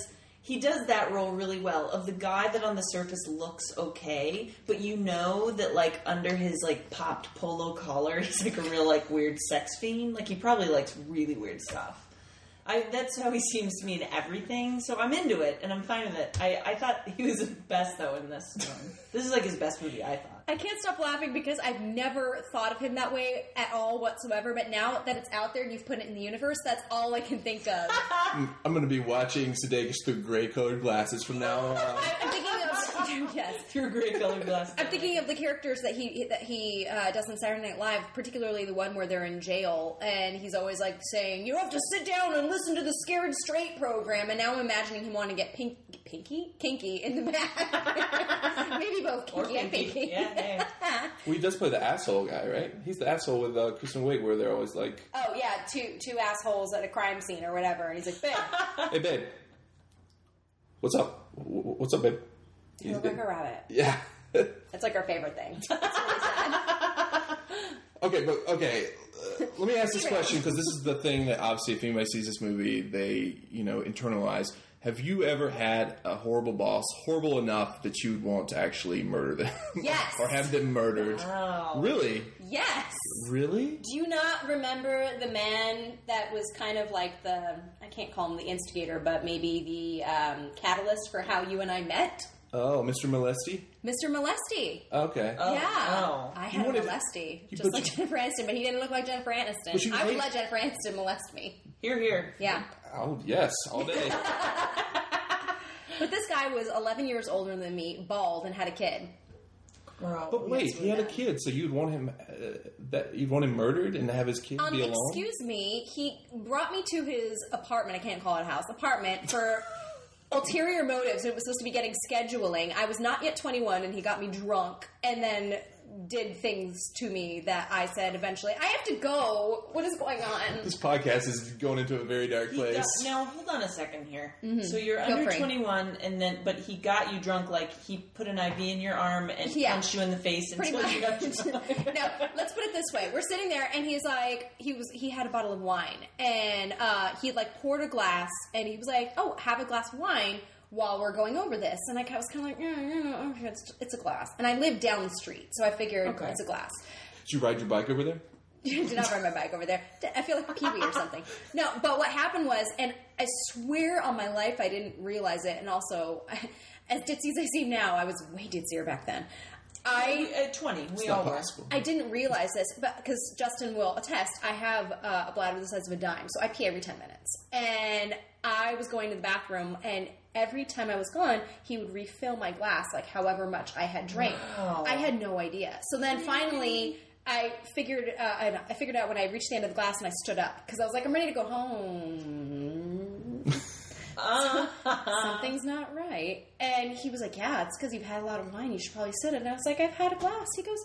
[SPEAKER 2] he does that role really well of the guy that on the surface looks okay, but you know that like under his like popped polo collar, [laughs] he's like a real like weird sex fiend. Like he probably likes really weird stuff. I, that's how he seems to me in everything, so I'm into it and I'm fine with it. I, I thought he was the best though in this one. This is like his best movie, I thought.
[SPEAKER 1] I can't stop laughing because I've never thought of him that way at all whatsoever. But now that it's out there and you've put it in the universe, that's all I can think of.
[SPEAKER 3] I'm going to be watching Sudeikis through gray colored glasses from now on.
[SPEAKER 1] I'm thinking of [laughs] yes.
[SPEAKER 2] Through gray colored glasses.
[SPEAKER 1] [laughs] I'm thinking of the characters that he that he uh, does on Saturday Night Live, particularly the one where they're in jail and he's always like saying, "You have to sit down and listen to the Scared Straight program." And now I'm imagining him wanting to get pink, pinky, kinky in the back. [laughs] Maybe both kinky, and pinky.
[SPEAKER 2] Yeah, hey.
[SPEAKER 3] Well, he does play the asshole guy, right? He's the asshole with uh, Kristen Wiig, where they're always like,
[SPEAKER 1] Oh yeah, two two assholes at a crime scene or whatever, and he's like, "Babe,
[SPEAKER 3] "Hey, babe, what's up? Wh- wh- What's up, babe?" He's
[SPEAKER 1] we're
[SPEAKER 3] been-
[SPEAKER 1] like a rabbit."
[SPEAKER 3] Yeah. [laughs]
[SPEAKER 1] That's like our favorite thing.
[SPEAKER 3] Okay, but okay. uh, let me ask this question because this is the thing that obviously, if anybody sees this movie, they you know internalize. Have you ever had a horrible boss, horrible enough that you'd want to actually murder them,
[SPEAKER 1] Yes.
[SPEAKER 3] [laughs] or have them murdered? Really,
[SPEAKER 1] yes.
[SPEAKER 3] really?
[SPEAKER 1] Do you not remember the man that was kind of like the I can't call him the instigator, but maybe the um, catalyst for how you and I met?
[SPEAKER 3] Oh, Mr. Molesty.
[SPEAKER 1] Mr. Molesty.
[SPEAKER 3] Okay.
[SPEAKER 2] Oh,
[SPEAKER 1] yeah.
[SPEAKER 2] oh.
[SPEAKER 1] I had a
[SPEAKER 3] wanted-
[SPEAKER 1] molesty.
[SPEAKER 3] you
[SPEAKER 1] Just
[SPEAKER 3] put-
[SPEAKER 1] like [laughs] Jennifer Aniston, but he didn't look like Jennifer
[SPEAKER 3] But
[SPEAKER 1] Aniston.
[SPEAKER 3] you
[SPEAKER 1] I would
[SPEAKER 3] hate-
[SPEAKER 1] let Jennifer Aniston molest me.
[SPEAKER 2] Here, here.
[SPEAKER 1] [laughs]
[SPEAKER 3] [laughs]
[SPEAKER 1] Yeah.
[SPEAKER 3] oh yes, all day.
[SPEAKER 1] But this guy was 11 years older than me, bald, and had a kid.
[SPEAKER 3] But wait, he had a kid, so you'd want him uh, that you'd want him murdered and have his kid
[SPEAKER 1] Um,
[SPEAKER 3] be alone.
[SPEAKER 1] excuse me. He brought me to his apartment. I can't call it a house. Apartment
[SPEAKER 3] [laughs]
[SPEAKER 1] for ulterior motives. It was supposed to be getting scheduling. I was not yet 21, and he got me drunk, and then did things to me that I said eventually, I have to go. What is going on?
[SPEAKER 3] this podcast is going into a very dark
[SPEAKER 2] He
[SPEAKER 3] place.
[SPEAKER 2] got- now hold on a second here. So you're
[SPEAKER 1] Mm-hmm. Feel
[SPEAKER 2] under
[SPEAKER 1] free.
[SPEAKER 2] 21, and then but he got you drunk. Like he put an IV in your arm and
[SPEAKER 1] Yeah.
[SPEAKER 2] punched you in the face
[SPEAKER 1] Pretty
[SPEAKER 2] until
[SPEAKER 1] much.
[SPEAKER 2] you got drunk.
[SPEAKER 1] [laughs]
[SPEAKER 2] [laughs]
[SPEAKER 1] no, let's put it this way. We're sitting there, and he's like, he was, he had a bottle of wine, and uh, he like poured a glass, and he was like, "Oh, have a glass of wine while we're going over this." And like, I was kind of like, "Yeah, yeah, yeah, okay, it's, it's a glass." And I live down the street, so I figured
[SPEAKER 2] Okay.
[SPEAKER 1] it's a glass. [laughs]
[SPEAKER 3] Did you ride your bike over there?
[SPEAKER 1] Did not ride my bike over there. I feel like a kiwi or
[SPEAKER 2] [laughs]
[SPEAKER 1] something. No, but what happened was, and I swear on my life, I didn't realize it. And also, [laughs] as ditzy as I seem now, I was way ditzier back then. I
[SPEAKER 2] At 20, we all
[SPEAKER 3] Not
[SPEAKER 2] were.
[SPEAKER 3] possible.
[SPEAKER 1] I didn't realize this, but because Justin will attest, I have uh, a bladder the size of a dime, so I pee every ten minutes. And I was going to the bathroom, and every time I was gone, he would refill my glass, like however much I had drank. I had no idea. So then finally. I figured uh, I I figured out when I reached the end of the glass and I stood up because I was like I'm ready to go home. Something's not right, and he was like, "Yeah, it's because you've had a lot of wine. You should probably sit it." And I was like, "I've had a glass." He goes,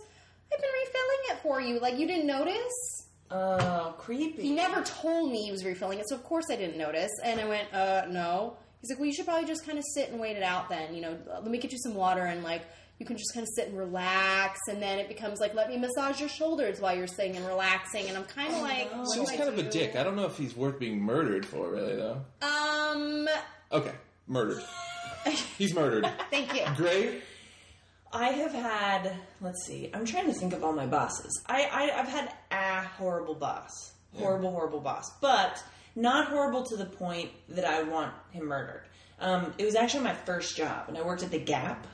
[SPEAKER 1] "I've been refilling it for you. Like you didn't notice."
[SPEAKER 2] Oh, creepy.
[SPEAKER 1] He never told me he was refilling it, so of course I didn't notice. And I went, uh, no. He's like, well, you should probably just kind of sit and wait it out then. You know, let me get you some water and like, you can just kind of sit and relax. And then it becomes like, let me massage your shoulders while you're sitting and relaxing. And I'm kind of like, what
[SPEAKER 3] Seems
[SPEAKER 1] do I
[SPEAKER 3] kind of a
[SPEAKER 1] do?
[SPEAKER 3] dick. I don't know if he's worth being murdered for, really, though.
[SPEAKER 1] Um,
[SPEAKER 3] Okay,
[SPEAKER 1] [laughs]
[SPEAKER 3] murdered. he's murdered.
[SPEAKER 1] thank you.
[SPEAKER 3] Great.
[SPEAKER 2] I have had, let's see, I'm trying to think of all my bosses. I, I, I've had a horrible boss. Horrible, horrible boss. But not horrible to the point that I want him murdered. Um, it was actually my first job, and I worked at The Gap.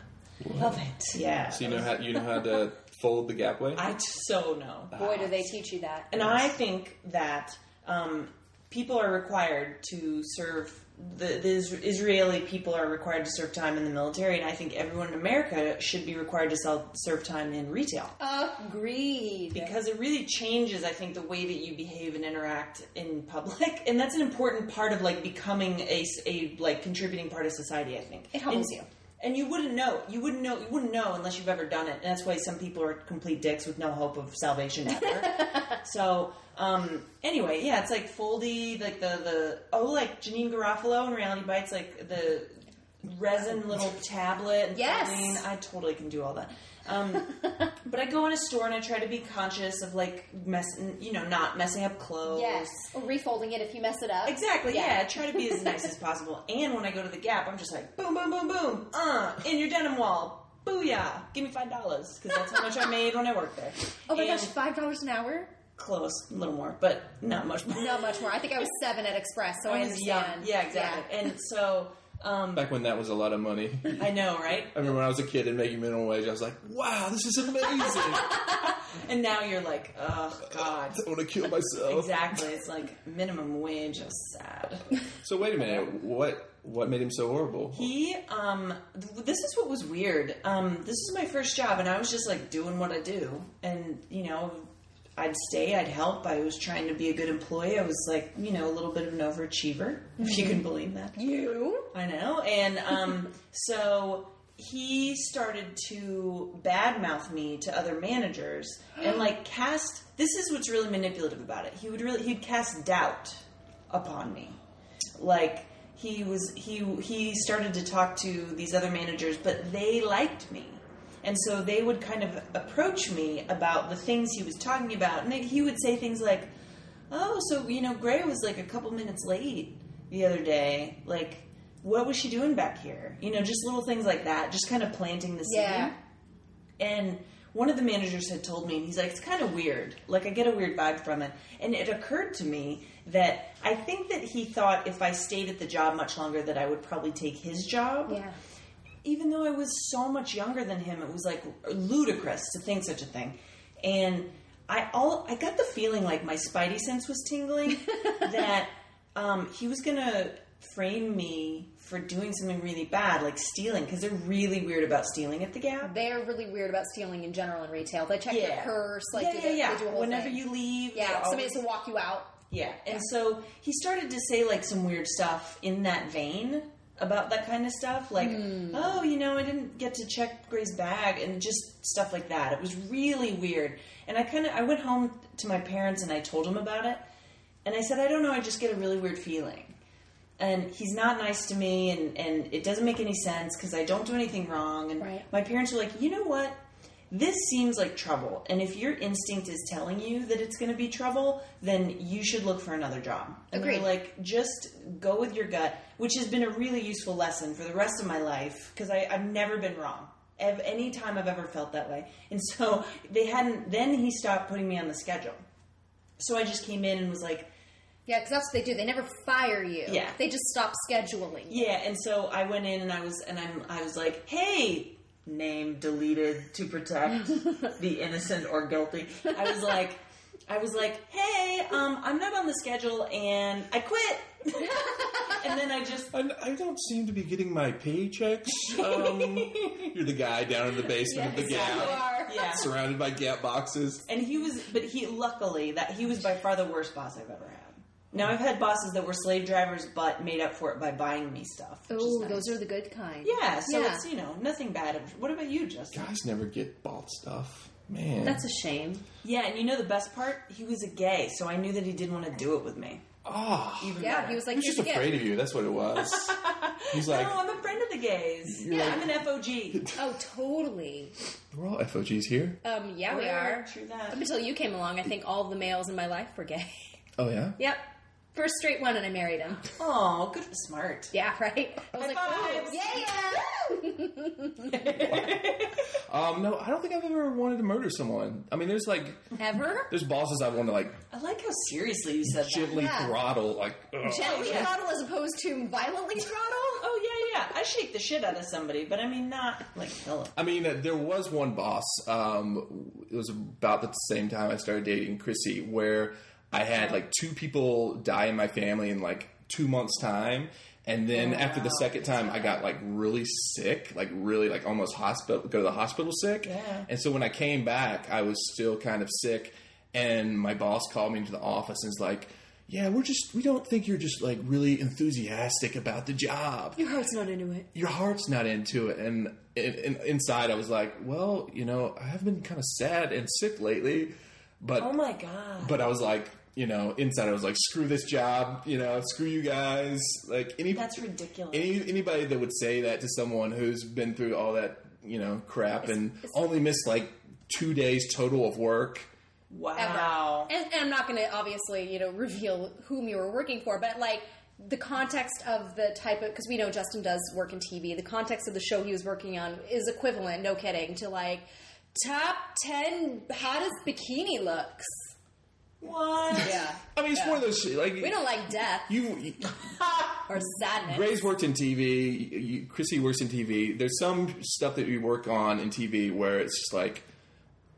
[SPEAKER 2] Love it. Yeah.
[SPEAKER 3] So you know how you know how to fold the gapway.
[SPEAKER 2] I t- so know.
[SPEAKER 1] Boy, do they teach you that.
[SPEAKER 2] And I think that um, people are required to serve. The, the Is- Israeli people are required to serve time in the military, and I think everyone in America should be required to sell, serve time in retail
[SPEAKER 1] Agreed.
[SPEAKER 2] because it really changes. I think the way that you behave and interact in public, [laughs] and that's an important part of like becoming a, s- a, like contributing part of society. I think
[SPEAKER 1] It humbles
[SPEAKER 2] And-
[SPEAKER 1] you.
[SPEAKER 2] and you wouldn't know. You wouldn't know. You wouldn't know unless you've ever done it. And that's why some people are complete dicks with no hope of
[SPEAKER 1] [laughs]
[SPEAKER 2] salvation ever. so um, anyway, yeah, it's like foldy, like the the oh, like Janine Garofalo in Reality Bites, like the resin little tablet. And
[SPEAKER 1] Yes.
[SPEAKER 2] folding. I totally can do all that. Um, But I go in a store and I try to be conscious of like mess, you know, not messing up clothes.
[SPEAKER 1] Yes. Or refolding it if you mess it up.
[SPEAKER 2] Exactly. Yeah. Try to be as nice as
[SPEAKER 1] [laughs]
[SPEAKER 2] possible. And when I go to the Gap, I'm just like boom, boom, boom, boom. Uh, in your denim wall. Booyah! Give me five dollars because that's how much I made when I worked there.
[SPEAKER 1] Oh my
[SPEAKER 2] And
[SPEAKER 1] gosh, five dollars an hour?
[SPEAKER 2] Close, a little more, but not much more.
[SPEAKER 1] Not much more. I think I was seven at Express, so I,
[SPEAKER 2] [laughs] I was young.
[SPEAKER 1] understand.
[SPEAKER 2] Yeah, exactly. And so um,
[SPEAKER 3] Back when that was a lot of money. [laughs] I
[SPEAKER 2] I know, right?
[SPEAKER 3] remember when I was a kid and making minimum wage, I was like, wow, this is amazing. I
[SPEAKER 2] And now you're like, oh
[SPEAKER 1] [laughs]
[SPEAKER 2] god.
[SPEAKER 3] want to kill myself.
[SPEAKER 2] Exactly. It's like minimum wage. Oh, sad.
[SPEAKER 1] [laughs]
[SPEAKER 3] So wait a minute. What what made him so horrible?
[SPEAKER 2] He, um, th- this is what was weird. Um, this is my first job, and I was just like doing what I do, and you know, I'd stay, I'd help. I was trying to be a good employee. I was like, you know, a little bit of an overachiever, if you can believe that.
[SPEAKER 1] You?
[SPEAKER 2] I know. And um, so he started to badmouth me to other managers and like cast. This is what's really manipulative about it. He would really he'd cast doubt upon me. Like he was he he started to talk to these other managers, but they liked me. And so they would kind of approach me about the things he was talking about, and he would say things like, Oh, so you know, Gray was like a couple minutes late the other day. Like, what was she doing back here? You know, just little things like that, just kind of planting the seed.
[SPEAKER 1] Yeah.
[SPEAKER 2] And one of the managers had told me, and he's like, it's kind of weird. Like, I get a weird vibe from it. And it occurred to me that I think that he thought if I stayed at the job much longer, that I would probably take his job
[SPEAKER 1] Yeah.
[SPEAKER 2] even though I was so much younger than him, it was like ludicrous to think such a thing. And I all I got the feeling like my spidey sense was tingling that um, he was gonna frame me for doing something really bad, like stealing, because they're really weird about stealing at the Gap.
[SPEAKER 1] They're really weird about stealing in general in retail. They check your
[SPEAKER 2] Yeah.
[SPEAKER 1] purse, like
[SPEAKER 2] yeah,
[SPEAKER 1] do
[SPEAKER 2] yeah,
[SPEAKER 1] the,
[SPEAKER 2] yeah.
[SPEAKER 1] They do a whole
[SPEAKER 2] Whenever
[SPEAKER 1] thing.
[SPEAKER 2] you leave, they
[SPEAKER 1] Yeah, somebody
[SPEAKER 2] always-
[SPEAKER 1] has to walk you out.
[SPEAKER 2] Yeah, and so he started to say like some weird stuff in that vein about that kind of stuff, like,
[SPEAKER 1] Hmm.
[SPEAKER 2] oh, you know, I didn't get to check Gray's bag, and just stuff like that. It was really weird, and I kind of I went home to my parents and I told them about it, and I said, I don't know, I just get a really weird feeling, and he's not nice to me, and and it doesn't make any sense because I don't do anything wrong, and
[SPEAKER 1] Right.
[SPEAKER 2] my parents were like, you know what? this seems like trouble. And if your instinct is telling you that it's going to be trouble, then you should look for another job. And they're
[SPEAKER 1] Agreed.
[SPEAKER 2] Like, just go with your gut, which has been a really useful lesson for the rest of my life because I've never been wrong. Ev- Any time I've ever felt that way. And so they hadn't, then he stopped putting me on the schedule. So I just came in and was like,
[SPEAKER 1] Yeah, because that's what they do. They never fire you.
[SPEAKER 2] Yeah.
[SPEAKER 1] They just stop scheduling.
[SPEAKER 2] Yeah, and so I went in and I was and I'm I was like, hey, name deleted to
[SPEAKER 1] [laughs]
[SPEAKER 2] protect the innocent or guilty. I was like, I was like, hey, um, I'm not on the schedule and I quit.
[SPEAKER 1] [laughs]
[SPEAKER 2] and then I just
[SPEAKER 3] I, I don't seem to be getting my paychecks.
[SPEAKER 1] [laughs]
[SPEAKER 3] Um, you're the guy down in the basement of the Gap,
[SPEAKER 2] yeah.
[SPEAKER 3] surrounded by Gap boxes.
[SPEAKER 2] And he was, but he luckily that he was by far the worst boss I've ever had. Now I've had bosses that were slave drivers, but made up for it by buying me stuff. which is
[SPEAKER 1] Oh,
[SPEAKER 2] nice.
[SPEAKER 1] those are the good kind.
[SPEAKER 2] yeah. So
[SPEAKER 1] Yeah.
[SPEAKER 2] it's you know nothing bad. What about you, Justin?
[SPEAKER 3] Guys never get bought stuff, man.
[SPEAKER 1] That's a shame.
[SPEAKER 2] Yeah, and you know the best part? He was a gay, so I knew that he didn't want to do it with me.
[SPEAKER 3] Ah,
[SPEAKER 2] Even
[SPEAKER 1] Yeah,
[SPEAKER 2] better.
[SPEAKER 1] he was like,
[SPEAKER 3] he's just
[SPEAKER 1] "Here's a gift."
[SPEAKER 3] afraid of you. That's what
[SPEAKER 1] [laughs]
[SPEAKER 3] it was. He's like,
[SPEAKER 2] No, I'm a friend of the gays.
[SPEAKER 3] You're
[SPEAKER 2] Yeah,
[SPEAKER 3] like-
[SPEAKER 2] I'm an [laughs] FOG.
[SPEAKER 1] Oh, totally.
[SPEAKER 3] we're all FOGs here.
[SPEAKER 1] Um, yeah, we are.
[SPEAKER 2] True
[SPEAKER 1] Up
[SPEAKER 2] that.
[SPEAKER 1] until you came along, I think all the males in my life were gay. [laughs]
[SPEAKER 3] Oh yeah.
[SPEAKER 1] yep. First straight one, and I married [laughs] him.
[SPEAKER 2] Oh, good smart.
[SPEAKER 1] Yeah, right? I was
[SPEAKER 2] High
[SPEAKER 1] like, oh,
[SPEAKER 2] fives.
[SPEAKER 1] yeah, yeah.
[SPEAKER 3] Um, no, I don't think I've ever wanted to murder someone. I mean, there's like,
[SPEAKER 1] Ever?
[SPEAKER 3] there's bosses I want to like
[SPEAKER 2] I like how seriously you said that.
[SPEAKER 3] gently
[SPEAKER 1] Yeah.
[SPEAKER 3] throttle, like. ugh.
[SPEAKER 1] Gently
[SPEAKER 2] yeah.
[SPEAKER 1] throttle as opposed to violently throttle?
[SPEAKER 2] Oh yeah, yeah. I shake the shit out of somebody, but I mean not like kill 'em.
[SPEAKER 3] I mean, uh, there was one boss. Um, it was about the same time I started dating Chrissy, where I had like two people die in my family in like two months' time, and then after the second time, I got like really sick, like really like almost hospital go to the hospital sick.
[SPEAKER 2] Yeah.
[SPEAKER 3] And so when I came back, I was still kind of sick, and my boss called me into the office and was like. Yeah, we're just, we don't think you're just like really enthusiastic about the job
[SPEAKER 1] [laughs] Your heart's not into it.
[SPEAKER 3] your heart's not into it. And in, in, inside, I was like, well, you know, I have been kind of sad and sick lately, but
[SPEAKER 2] Oh my god.
[SPEAKER 3] but I was like, you know, inside, I was like, screw this job, you know, screw you guys. Like any
[SPEAKER 2] That's ridiculous.
[SPEAKER 3] any anybody that would say that to someone who's been through all that you know, crap, and only missed like two days total of work.
[SPEAKER 2] Wow.
[SPEAKER 1] And, and I'm not going to obviously, you know, reveal whom you were working for, but like the context of the type of because we know Justin does work in TV. The context of the show he was working on is equivalent, no kidding, to like top ten hottest bikini looks.
[SPEAKER 2] What?
[SPEAKER 1] Yeah,
[SPEAKER 3] I mean, it's one of those shit, like
[SPEAKER 1] we don't like death
[SPEAKER 3] you. you
[SPEAKER 1] or sadness.
[SPEAKER 3] Gray's worked in TV. You, you- Chrissy works in TV. There's some stuff that you work on in TV where it's just like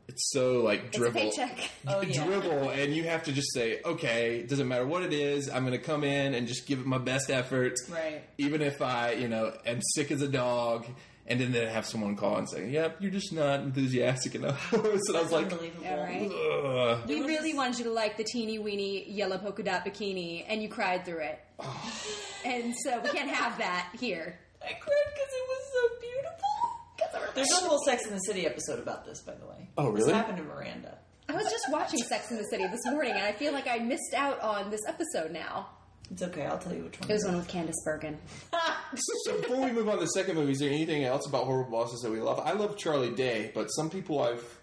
[SPEAKER 3] it's so like dribble, [laughs]
[SPEAKER 1] paycheck. [laughs]
[SPEAKER 2] Oh, yeah.
[SPEAKER 3] dribble, and you have to just say, okay, it doesn't matter what it is. I'm going to come in and just give it my best effort,
[SPEAKER 2] Right.
[SPEAKER 3] Even if I, you know, am sick as a dog. And then they have someone call and say, "Yep, you're just not enthusiastic enough." [laughs] for us. and I was like,
[SPEAKER 2] Unbelievable.
[SPEAKER 1] All right.
[SPEAKER 3] Ugh.
[SPEAKER 1] We really wanted you to like the teeny weeny yellow polka dot bikini, and you cried through
[SPEAKER 3] [sighs]
[SPEAKER 1] it. and so we can't have that here.
[SPEAKER 2] I cried because it was so beautiful. There's a whole Sex in the City episode about this, by the way.
[SPEAKER 3] Oh,
[SPEAKER 2] This
[SPEAKER 3] really?
[SPEAKER 2] happened to Miranda.
[SPEAKER 1] I was just watching Sex in the City this morning, and I feel like I missed out on this episode now.
[SPEAKER 2] It's okay. I'll tell you which one.
[SPEAKER 1] It was one with Candace Bergen.
[SPEAKER 3] So before we move on to the second movie, is there anything else about horrible bosses that we love? I love Charlie Day, but some people I've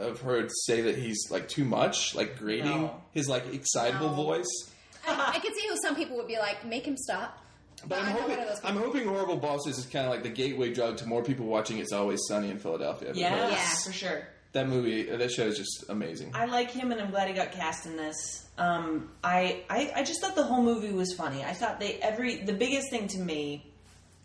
[SPEAKER 3] I've heard say that he's like too much, like grating
[SPEAKER 2] No.
[SPEAKER 3] his like excitable voice.
[SPEAKER 1] [laughs] I, I could see how some people would be like, make him stop.
[SPEAKER 3] But
[SPEAKER 1] I'm
[SPEAKER 3] I'm
[SPEAKER 1] not
[SPEAKER 3] hoping
[SPEAKER 1] one of those people.
[SPEAKER 3] I'm hoping horrible bosses is kind of like the gateway drug to more people watching It's Always Sunny in Philadelphia.
[SPEAKER 2] Yeah,
[SPEAKER 3] because
[SPEAKER 2] for sure.
[SPEAKER 3] that movie, that show is just amazing.
[SPEAKER 2] I like him, and I'm glad he got cast in this. Um, I, I I just thought the whole movie was funny. I thought they every the biggest thing to me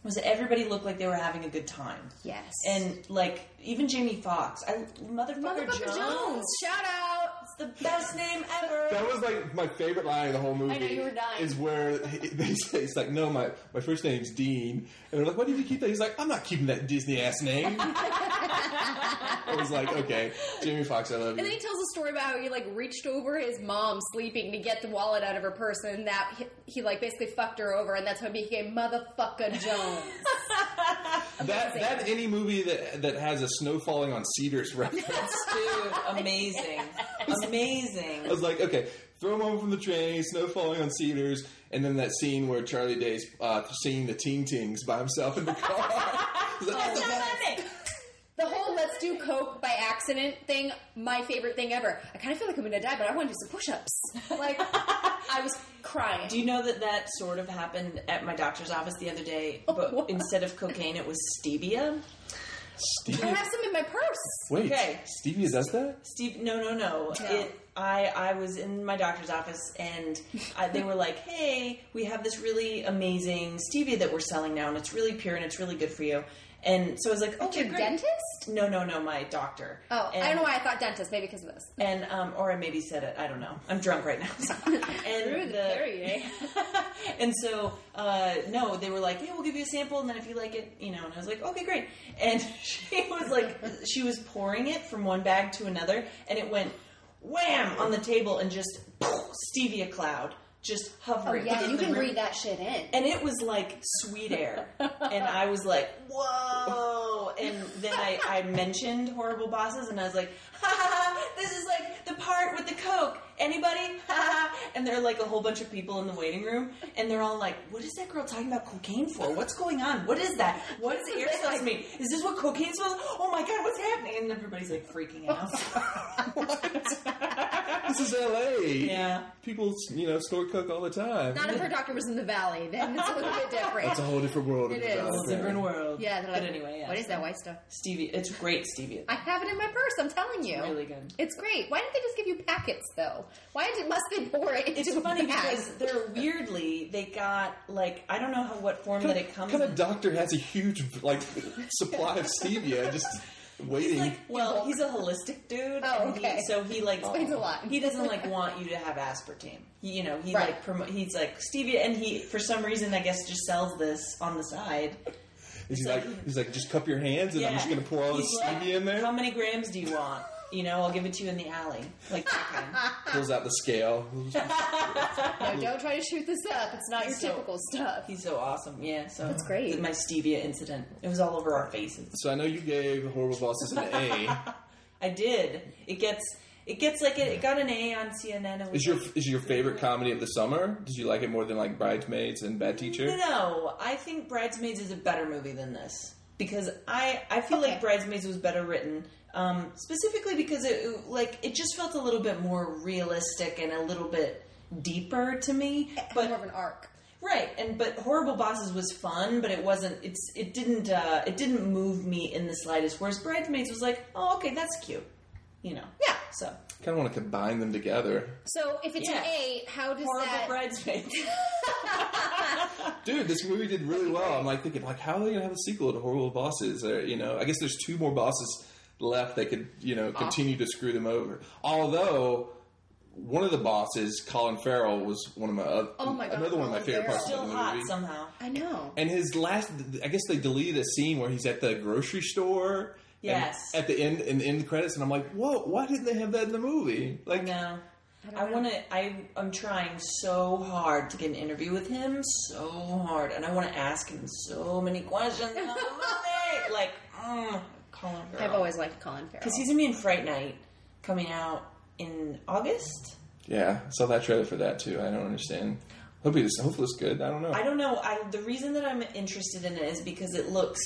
[SPEAKER 2] was that everybody looked like they were having a good time.
[SPEAKER 1] Yes.
[SPEAKER 2] And like even Jamie Foxx, I motherfucker,
[SPEAKER 1] Motherfucker
[SPEAKER 2] Jones,
[SPEAKER 1] Jones. shout out.
[SPEAKER 2] it's the best name ever.
[SPEAKER 3] [laughs] That was like my favorite line of the whole movie.
[SPEAKER 1] know, you were dying.
[SPEAKER 3] Is where he- [laughs] they say it's like, no, my my first name's Dean, and they're like, why did you keep that? He's like, I'm not keeping that Disney
[SPEAKER 1] [laughs]
[SPEAKER 3] ass name. I was like, okay, Jamie Foxx, I love
[SPEAKER 1] And then
[SPEAKER 3] you.
[SPEAKER 1] he tells a story about how he like reached over his mom sleeping to get the wallet out of her purse, and that he, he like basically fucked her over, and that's how he became motherfucker Jones.
[SPEAKER 3] That that any movie that that has a snow falling on cedars [laughs] reference.
[SPEAKER 2] Dude, amazing, amazing. [laughs]
[SPEAKER 3] I was like, okay, throw him over from the train, snow falling on cedars, and then that scene where Charlie Day's uh, seeing the Ting Tings by himself in the car. [laughs] He's like, "That's the best."
[SPEAKER 1] the whole "let's do coke by accident" thing, my favorite thing ever. I kind of feel like I'm gonna die, but I want to do some push-ups.
[SPEAKER 2] [laughs]
[SPEAKER 1] Like I was crying.
[SPEAKER 2] Do you know that that sort of happened at my doctor's office the other day? But
[SPEAKER 1] What?
[SPEAKER 2] instead of cocaine, it was stevia.
[SPEAKER 1] I
[SPEAKER 3] Stevie,
[SPEAKER 1] have some in my purse.
[SPEAKER 3] wait,
[SPEAKER 2] Okay.
[SPEAKER 3] Stevie does that?
[SPEAKER 2] Steve, no, no, no.
[SPEAKER 1] No.
[SPEAKER 2] It, I, I was in my doctor's office and I, they were like, hey, we have this really amazing stevia that we're selling now and it's really pure and it's really good for you. And so I was like, okay,
[SPEAKER 1] Your
[SPEAKER 2] great.
[SPEAKER 1] dentist?
[SPEAKER 2] No, no, no, my doctor.
[SPEAKER 1] Oh,
[SPEAKER 2] and,
[SPEAKER 1] I don't know why I thought dentist. Maybe because of this.
[SPEAKER 2] And, um, or I maybe said it. I don't know. I'm
[SPEAKER 1] [laughs]
[SPEAKER 2] drunk right now. [laughs] so.
[SPEAKER 1] Through
[SPEAKER 2] and
[SPEAKER 1] the eh? Perrier.
[SPEAKER 2] [laughs] and so, uh, no, they were like, yeah, we'll give you a sample, and then if you like it, you know. And I was like, okay, great. And [laughs] she was like, she was pouring it from one bag to another, and it went wham on the table and just stevia cloud just hovering.
[SPEAKER 1] Oh, yeah,
[SPEAKER 2] in
[SPEAKER 1] you
[SPEAKER 2] the
[SPEAKER 1] can
[SPEAKER 2] room.
[SPEAKER 1] breathe that shit in.
[SPEAKER 2] And it was like sweet air. And I was like, whoa. And then I, I mentioned horrible bosses and I was like, ha ha ha, this is like the part with the Coke. Anybody? Ha ha. And there are like a whole bunch of people in the waiting room and they're all like, what is that girl talking about cocaine for? What's going on? What is that? What is air supposed to mean? Is this what cocaine smells? Oh my god, what's happening? And everybody's like freaking [laughs] out.
[SPEAKER 3] This is L.A.
[SPEAKER 2] Yeah.
[SPEAKER 3] people you know snort coke all the time.
[SPEAKER 1] Not if her doctor was in the valley, then it's a little bit different.
[SPEAKER 3] It's a whole different world.
[SPEAKER 1] It is.
[SPEAKER 3] out
[SPEAKER 2] It's a
[SPEAKER 3] there.
[SPEAKER 2] different world.
[SPEAKER 1] yeah, they're like,
[SPEAKER 2] but anyway, yeah.
[SPEAKER 1] what is that white stuff?
[SPEAKER 2] Stevie, it's great stevia.
[SPEAKER 1] I have it in my purse. I'm telling you,
[SPEAKER 2] Really good.
[SPEAKER 1] It's great. Why didn't they just give you packets though? Why did must they [laughs] pour it into
[SPEAKER 2] It's
[SPEAKER 1] a
[SPEAKER 2] funny
[SPEAKER 1] bag?
[SPEAKER 2] because they're weirdly they got like I don't know how what form that it comes
[SPEAKER 3] What kind of
[SPEAKER 2] in.
[SPEAKER 3] doctor has a huge like supply of stevia just waiting?
[SPEAKER 2] He's like, well, he's a holistic dude.
[SPEAKER 1] Oh,
[SPEAKER 2] and he-
[SPEAKER 1] okay.
[SPEAKER 2] so he like
[SPEAKER 1] Explains a lot.
[SPEAKER 2] He doesn't like want you to have aspartame. He, you know, he
[SPEAKER 1] Right.
[SPEAKER 2] like promo- he's like stevia, and he for some reason I guess just sells this on the side.
[SPEAKER 3] he's like, he's like, just cup your hands, and I'm
[SPEAKER 2] Yeah.
[SPEAKER 3] just gonna pour all this
[SPEAKER 2] He's like,
[SPEAKER 3] stevia in there.
[SPEAKER 2] How many grams do you want? You know, I'll give it to you in the alley. Like that
[SPEAKER 1] [laughs]
[SPEAKER 2] kind.
[SPEAKER 3] Pulls out the
[SPEAKER 2] [laughs]
[SPEAKER 3] scale.
[SPEAKER 1] [laughs] no, don't try to shoot this up. It's not your
[SPEAKER 2] So-
[SPEAKER 1] typical stuff.
[SPEAKER 2] He's so awesome. Yeah. So
[SPEAKER 1] That's great.
[SPEAKER 2] My stevia incident. It was all over our faces.
[SPEAKER 3] so I know you gave horrible bosses an A.
[SPEAKER 2] I did. It gets it gets like it, it got an A on CNN. It was
[SPEAKER 3] Is your
[SPEAKER 2] like,
[SPEAKER 3] is your favorite comedy of the summer? Did you like it more than like Bridesmaids and Bad Teacher?
[SPEAKER 2] no? I think Bridesmaids is a better movie than this because I I feel like Bridesmaids was better written. Um, specifically because it like it just felt a little bit more realistic and a little bit deeper to me. But
[SPEAKER 1] more of an arc.
[SPEAKER 2] Right, and but horrible bosses was fun, but it wasn't. It's it didn't uh, it didn't move me in the slightest. Whereas bridesmaids was like, oh okay, that's cute, you know. Yeah. So
[SPEAKER 3] kind of want to combine them together,
[SPEAKER 1] So if it's
[SPEAKER 2] Yeah.
[SPEAKER 1] an A, how does
[SPEAKER 2] horrible
[SPEAKER 1] that?
[SPEAKER 2] bridesmaids. [laughs]
[SPEAKER 3] dude. This movie did really well. I'm like thinking, like, how are they gonna have a sequel to Horrible Bosses? Or you know, I guess there's two more bosses left that could you know continue to screw them over. Although. One of the bosses, Colin Farrell, was one of my oth-
[SPEAKER 1] Oh my God,
[SPEAKER 3] another one of my
[SPEAKER 1] Colin
[SPEAKER 3] favorite parts
[SPEAKER 2] Still
[SPEAKER 3] of the
[SPEAKER 2] hot
[SPEAKER 3] movie.
[SPEAKER 2] somehow.
[SPEAKER 1] I know.
[SPEAKER 3] And his last, I guess they deleted a scene where he's at the grocery store. and
[SPEAKER 2] Yes.
[SPEAKER 3] At the end, in the end credits, and I'm like, whoa, why didn't they have that in the movie? Like,
[SPEAKER 2] No. I want to. I I'm trying so hard to get an interview with him, so hard, and I want to ask him so many questions. about the
[SPEAKER 1] [laughs]
[SPEAKER 2] movie. like, mm, Colin Farrell.
[SPEAKER 1] I've always liked Colin Farrell.
[SPEAKER 2] because he's gonna be in Fright Night coming out in August.
[SPEAKER 3] yeah, saw that trailer for that too. I don't understand. Hope it's, hopefully it's good. I don't know.
[SPEAKER 2] I don't know. I, the reason that I'm interested in it is because it looks,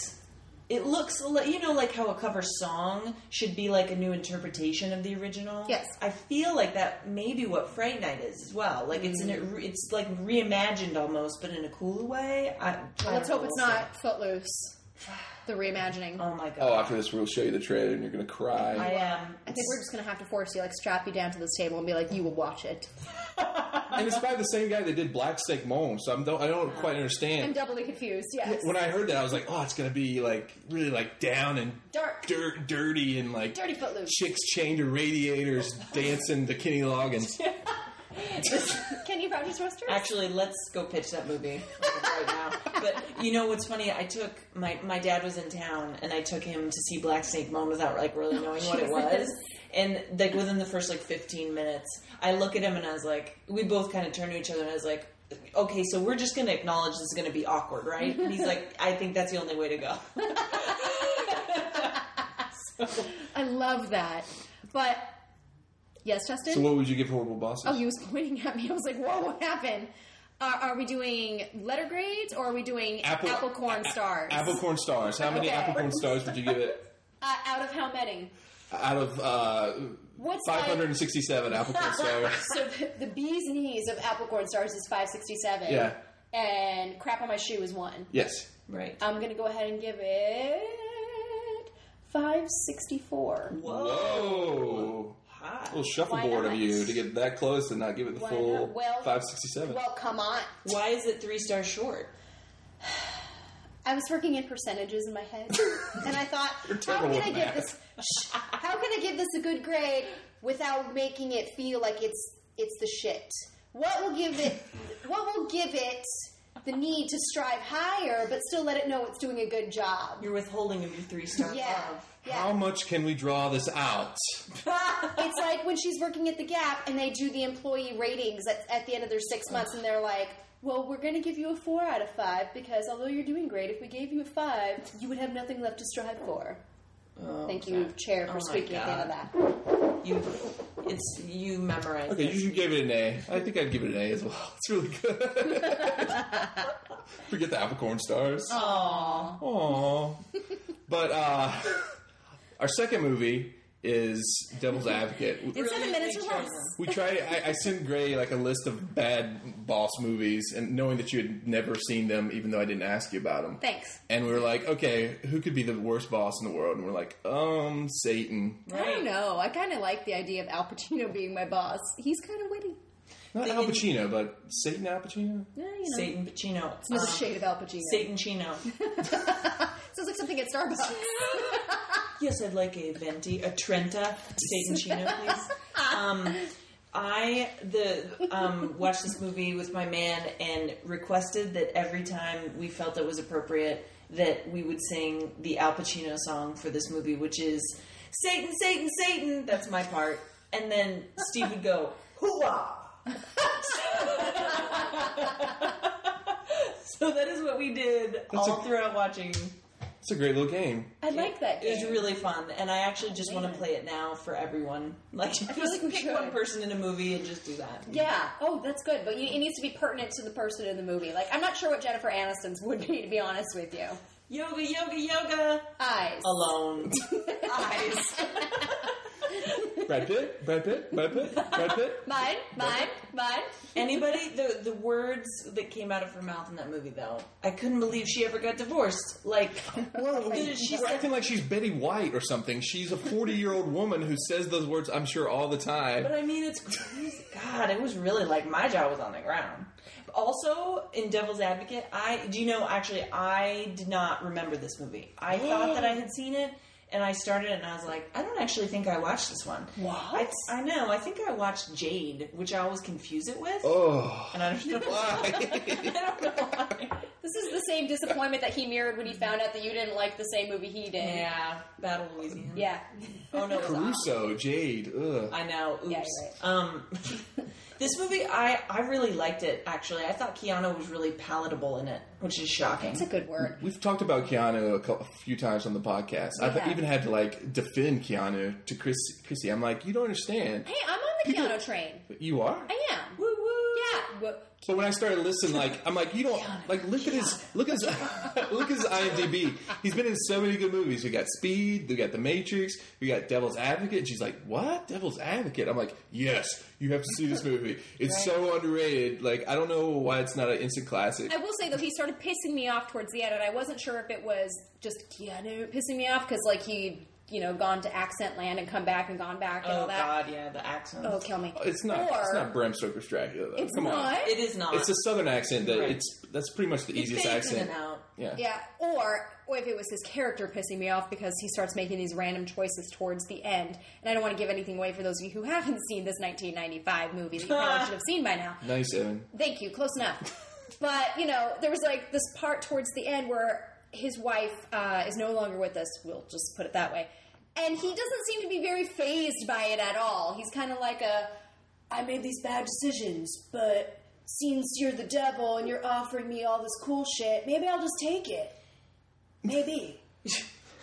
[SPEAKER 2] it looks, li- you know, like how a cover song should be like a new interpretation of the original.
[SPEAKER 1] Yes.
[SPEAKER 2] I feel like that may be what Fright Night is as well. Like it's in it,
[SPEAKER 1] Mm-hmm.
[SPEAKER 2] re- it's like reimagined almost, but in a cool way. I, I
[SPEAKER 1] Let's
[SPEAKER 2] don't
[SPEAKER 1] hope
[SPEAKER 2] know.
[SPEAKER 1] it's not Footloose. The reimagining.
[SPEAKER 2] Oh my god.
[SPEAKER 3] oh, after this, we'll show you the trailer and you're going to cry.
[SPEAKER 2] I am.
[SPEAKER 1] I think we're just gonna have to force you, like, strap you down to this table and be like, "You will watch it."
[SPEAKER 3] and it's by the same guy that did Black Snake Moan, so I'm don't, I don't quite
[SPEAKER 1] I'm
[SPEAKER 3] understand.
[SPEAKER 1] doubly confused. Yes.
[SPEAKER 3] When I heard that, I was like, oh, it's going to be like really like down and
[SPEAKER 1] Dark.
[SPEAKER 3] dirt, dirty and like
[SPEAKER 1] Dirty Footloose.
[SPEAKER 3] chicks chained to radiators dancing to Kenny
[SPEAKER 1] [laughs]
[SPEAKER 3] Loggins.
[SPEAKER 1] Can you vouch roaster?
[SPEAKER 2] Actually, let's go pitch that movie [laughs] right now. But you know what's funny? I took my my dad was in town, and I took him to see Black Snake Moan without like
[SPEAKER 1] Oh,
[SPEAKER 2] really knowing what it was. And like within the first like fifteen minutes, I look at him and I was like, we both kind of turned to each other, and I was like, okay, so we're just going to acknowledge this is going to be awkward, right? And he's like, I think that's the only way
[SPEAKER 1] [laughs]
[SPEAKER 2] to go.
[SPEAKER 1] I love that. But yes, Justin.
[SPEAKER 3] So, what would you give Horrible Bosses?
[SPEAKER 1] oh, he was [laughs] pointing at me. I was like, "Whoa, what happened?" Are, are we doing letter grades or are we doing apple, corn
[SPEAKER 3] a- a-
[SPEAKER 1] stars?
[SPEAKER 3] Apple corn stars. How many
[SPEAKER 1] Okay.
[SPEAKER 3] apple corn stars would you give it
[SPEAKER 1] Uh, out of how many?
[SPEAKER 3] out of uh,
[SPEAKER 1] What's like-
[SPEAKER 3] 567 apple
[SPEAKER 1] [laughs]
[SPEAKER 3] corn stars?
[SPEAKER 1] So the, the bee's knees of apple corn stars is five sixty seven.
[SPEAKER 3] Yeah.
[SPEAKER 1] And crap on my shoe is one.
[SPEAKER 3] Yes.
[SPEAKER 2] Right.
[SPEAKER 1] I'm gonna go ahead and give it five sixty four.
[SPEAKER 3] Whoa.
[SPEAKER 2] Hot.
[SPEAKER 3] little shuffleboard
[SPEAKER 1] Why not?
[SPEAKER 3] of you to get that close and not give it the
[SPEAKER 1] Why
[SPEAKER 3] full
[SPEAKER 1] not? Well-
[SPEAKER 3] 567.
[SPEAKER 1] Well, come on.
[SPEAKER 2] Why is it three stars short?
[SPEAKER 1] I was working in percentages in my
[SPEAKER 3] [laughs]
[SPEAKER 1] head, and I thought, how
[SPEAKER 3] terrible
[SPEAKER 1] can
[SPEAKER 3] with
[SPEAKER 1] I give
[SPEAKER 3] math.
[SPEAKER 1] this? Shh, how can I give this a good grade without making it feel like it's it's the shit? What will give
[SPEAKER 3] [laughs]
[SPEAKER 1] it? What will give it the need to strive higher, but still let it know it's doing a good job?
[SPEAKER 2] You're withholding of your three star
[SPEAKER 1] Yeah,
[SPEAKER 2] love.
[SPEAKER 3] How
[SPEAKER 1] yeah.
[SPEAKER 3] much can we draw this out?
[SPEAKER 1] It's like when she's working at the Gap and they do the employee ratings at, at the end of their six months, and they're like. Well, we're going to give you a four out of five because although you're doing great, if we gave you a five, you would have nothing left to strive for. Thank you, Chair, for
[SPEAKER 2] my
[SPEAKER 1] speaking at the end of that.
[SPEAKER 2] You, it's you memorized.
[SPEAKER 3] [laughs] Okay,
[SPEAKER 2] it.
[SPEAKER 3] you gave it an A. I think I'd give it an A as well. It's really good. [laughs] Forget the apple corn stars.
[SPEAKER 2] Aw.
[SPEAKER 3] Aww. but uh, our second movie is
[SPEAKER 1] [laughs]
[SPEAKER 3] Devil's Advocate.
[SPEAKER 1] Seven minutes or less.
[SPEAKER 3] We try. I, I sent Gray like a list of bad boss movies, and knowing that you had never seen them, even though I didn't ask you about them.
[SPEAKER 1] Thanks.
[SPEAKER 3] And we were like, okay, who could be the worst boss in the world? And we're like, um, Satan.
[SPEAKER 1] I don't know. I kind of like the idea of Al Pacino being my boss. He's kind of witty.
[SPEAKER 3] Not Al Pacino, but Satan Al Pacino.
[SPEAKER 1] Yeah, you know.
[SPEAKER 2] Satan Pacino.
[SPEAKER 1] There's a
[SPEAKER 2] Um,
[SPEAKER 1] shade of Al Pacino.
[SPEAKER 2] Satan Chino.
[SPEAKER 1] Sounds like something at Starbucks.
[SPEAKER 2] yes, I'd like a venti, a Trenta, Satan Chino, please. Um, I the um, watched this movie with my man and requested that every time we felt it was appropriate that we would sing the Al Pacino song for this movie, which is Satan, Satan, Satan. That's my part, and then Steve would go hooah. [laughs] so that is what we did all
[SPEAKER 3] a-
[SPEAKER 2] throughout watching
[SPEAKER 3] It's a great little game.
[SPEAKER 1] [laughs] I like that
[SPEAKER 2] it was
[SPEAKER 1] game.
[SPEAKER 2] really fun, and I actually just want to play it now for everyone. Like, [laughs] just
[SPEAKER 1] like we
[SPEAKER 2] pick
[SPEAKER 1] should.
[SPEAKER 2] one person in a movie and just do that.
[SPEAKER 1] yeah. Oh, that's good. [laughs] But you, it needs to be pertinent to the person in the movie. Like, I'm not sure what Jennifer Aniston's would be, to be honest with you.
[SPEAKER 2] yoga, yoga, yoga.
[SPEAKER 1] Eyes.
[SPEAKER 2] Oh.
[SPEAKER 1] [laughs]
[SPEAKER 2] Alone. Eyes.
[SPEAKER 3] Brad Pitt, Brad Pitt, Brad Pitt, Brad Pitt.
[SPEAKER 1] Mine, mine, mine.
[SPEAKER 2] Anybody, the the words that came out of her mouth in that movie, though, I couldn't believe she ever got divorced. Like,
[SPEAKER 3] Well,
[SPEAKER 2] she's
[SPEAKER 3] we're acting like she's Betty White or something. She's a 40 year old woman who says those words, I'm sure, all the time.
[SPEAKER 2] But I mean, it's crazy. God, it was really like my jaw was on the ground. But also, in Devil's Advocate, I do you know actually I did not remember this movie. I thought that I had seen it, and I started it, and I was like, I don't actually think I watched this one. What? I, I know. I think I watched Jade, which I always confuse it with.
[SPEAKER 3] Oh.
[SPEAKER 2] And I don't know
[SPEAKER 3] Why?
[SPEAKER 2] I don't know why.
[SPEAKER 1] This is the same disappointment that he mirrored when he found out that you didn't like the same movie he did.
[SPEAKER 2] [laughs] Yeah, Battle of Louisiana.
[SPEAKER 1] Yeah.
[SPEAKER 2] Oh no, it was
[SPEAKER 3] [laughs] Caruso, Jade, ugh.
[SPEAKER 2] I know. Oops.
[SPEAKER 1] Yeah, you're right.
[SPEAKER 2] Um, [laughs] this movie, I I really liked it. Actually, I thought Keanu was really palatable in it, which is shocking.
[SPEAKER 1] It's a good word.
[SPEAKER 3] We've talked about Keanu a, cou- a few times on the podcast. I've
[SPEAKER 1] have.
[SPEAKER 3] even had to like defend Keanu to Chris, Chrissy. I'm like, you don't understand.
[SPEAKER 1] Hey, I'm on the Keanu train.
[SPEAKER 3] You are.
[SPEAKER 1] I am.
[SPEAKER 2] Woo woo.
[SPEAKER 1] Yeah. Well,
[SPEAKER 3] But when I started listening, like I'm like, you don't like look at his look at his [laughs] look at his IMDb. He's been in so many good movies. We got Speed, we got The Matrix, we got Devil's Advocate. And she's like, what? Devil's Advocate? I'm like, yes, you have to see this movie. It's so underrated. Like I don't know why it's not an instant classic.
[SPEAKER 1] I will say though, he started pissing me off towards the end, and I wasn't sure if it was just Keanu pissing me off because like he, you know, gone to accent land and come back and gone back and
[SPEAKER 2] Oh
[SPEAKER 1] all that.
[SPEAKER 2] God, yeah, the accent.
[SPEAKER 1] Oh, kill me.
[SPEAKER 3] It's not.
[SPEAKER 1] Or,
[SPEAKER 3] it's not Bram Stoker's Dracula. Though.
[SPEAKER 1] It's
[SPEAKER 3] Come on.
[SPEAKER 1] not.
[SPEAKER 2] It is not.
[SPEAKER 3] It's a southern accent. That
[SPEAKER 2] Right.
[SPEAKER 3] it's that's pretty much the
[SPEAKER 2] It
[SPEAKER 3] easiest
[SPEAKER 2] fades
[SPEAKER 3] accent.
[SPEAKER 2] In and out.
[SPEAKER 3] Yeah.
[SPEAKER 1] Yeah, or, or if it was his character pissing me off because he starts making these random choices towards the end. And I don't want to give anything away for those of you who haven't seen this 1995 movie that you probably should have seen by now.
[SPEAKER 3] Ninety-seven.
[SPEAKER 1] Thank you, close
[SPEAKER 2] [laughs]
[SPEAKER 1] enough. but, you know, there was like this part towards the end where his wife uh, is no longer with us, we'll just put it that way. And he doesn't seem to be very phased by it at all. He's kind of like a, I made these bad decisions, but since you're the devil and you're offering me all this cool shit, maybe I'll just take it. Maybe.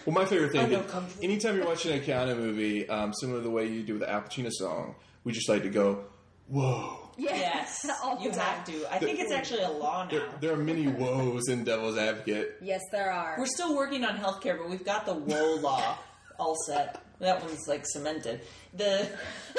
[SPEAKER 3] Well, my favorite thing.
[SPEAKER 2] no,
[SPEAKER 3] is-
[SPEAKER 2] come through.
[SPEAKER 3] anytime you're watching a Keanu movie, um, similar to the way you do with the Al Pacino song, we just like to go, "Whoa."
[SPEAKER 2] [laughs] Yes,
[SPEAKER 1] [laughs]
[SPEAKER 2] [laughs]
[SPEAKER 1] All the
[SPEAKER 2] you
[SPEAKER 1] time.
[SPEAKER 2] have to. I think it's actually a law now.
[SPEAKER 3] There, there are many woes in Devil's Advocate.
[SPEAKER 1] Yes, there are.
[SPEAKER 2] We're still working on healthcare, but we've got the
[SPEAKER 3] [laughs]
[SPEAKER 2] woe law all set. That one's like cemented. The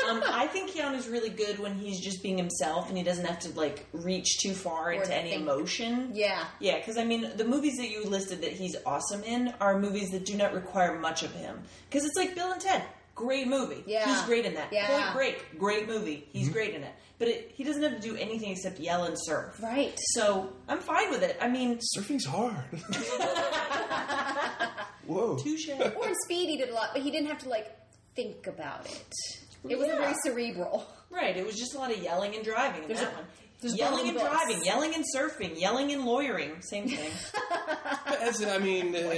[SPEAKER 2] um, I think Keanu's really good when he's just being himself and he doesn't have to like reach too far into any
[SPEAKER 1] think.
[SPEAKER 2] emotion.
[SPEAKER 1] yeah.
[SPEAKER 2] Yeah, because I mean, the movies that you listed that he's awesome in are movies that do not require much of him. Because it's like Bill and Ted, great movie.
[SPEAKER 1] Yeah.
[SPEAKER 2] he's great in that.
[SPEAKER 1] Yeah.
[SPEAKER 2] Point Break, great movie. He's great in it. But it, he doesn't have to do anything except yell and surf.
[SPEAKER 1] Right.
[SPEAKER 2] So I'm fine with it. I mean, [laughs]
[SPEAKER 3] Surfing's hard. Whoa.
[SPEAKER 2] touche.
[SPEAKER 1] Or in Speed, he did a lot, but he didn't have to, like, think about it. It wasn't very
[SPEAKER 2] Yeah.
[SPEAKER 1] cerebral.
[SPEAKER 2] [laughs] Right. It was just a lot of yelling and driving in
[SPEAKER 1] There's
[SPEAKER 2] that
[SPEAKER 1] a-
[SPEAKER 2] one.
[SPEAKER 1] there's
[SPEAKER 2] Yelling and
[SPEAKER 1] Golden Books.
[SPEAKER 2] driving, yelling and surfing, yelling and lawyering. Same
[SPEAKER 1] [laughs]
[SPEAKER 2] thing.
[SPEAKER 3] As in, I mean, uh,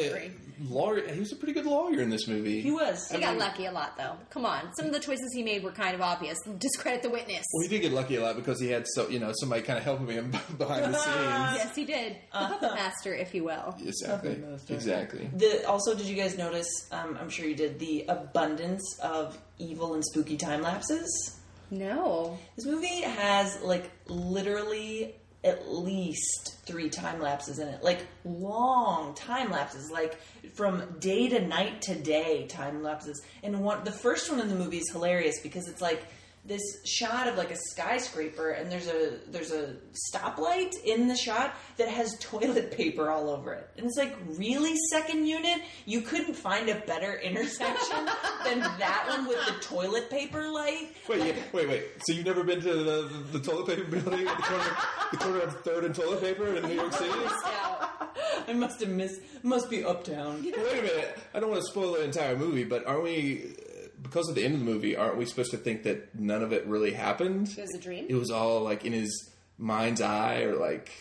[SPEAKER 3] lawyer. He was a pretty good lawyer in this movie.
[SPEAKER 2] He was.
[SPEAKER 1] He got lucky a lot, though. Come on, some of the choices he made were kind of obvious. Discredit the witness.
[SPEAKER 3] Well, he did get lucky a lot because he had so you know somebody kind of helping him [laughs]
[SPEAKER 2] [laughs]
[SPEAKER 3] behind the scenes.
[SPEAKER 1] yes, he did. The puppet master, if you will.
[SPEAKER 3] Exactly. Exactly.
[SPEAKER 2] The, also, did you guys notice? Um, I'm sure you did. The abundance of evil and spooky time lapses.
[SPEAKER 1] No,
[SPEAKER 2] This movie has like literally at least three time lapses in it. Like long time lapses, like from day to night to day time lapses. And one the first one in the movie is hilarious because it's like this shot of like a skyscraper and there's a there's a stoplight in the shot that has toilet paper all over it. And it's like, really second unit? You couldn't find a better intersection than that one with the toilet paper light?
[SPEAKER 3] Wait, yeah, wait, wait. So you've never been to the, the, the toilet paper building at the corner, the corner of Third and Toilet Paper in New York City?
[SPEAKER 2] [laughs] I must have missed. Must be uptown.
[SPEAKER 3] Wait a minute. I don't want to spoil the entire movie, but aren't we? Because of the end of the movie, aren't we supposed to think that none of it really happened? It
[SPEAKER 1] was a dream?
[SPEAKER 3] It was all like in his mind's eye, or like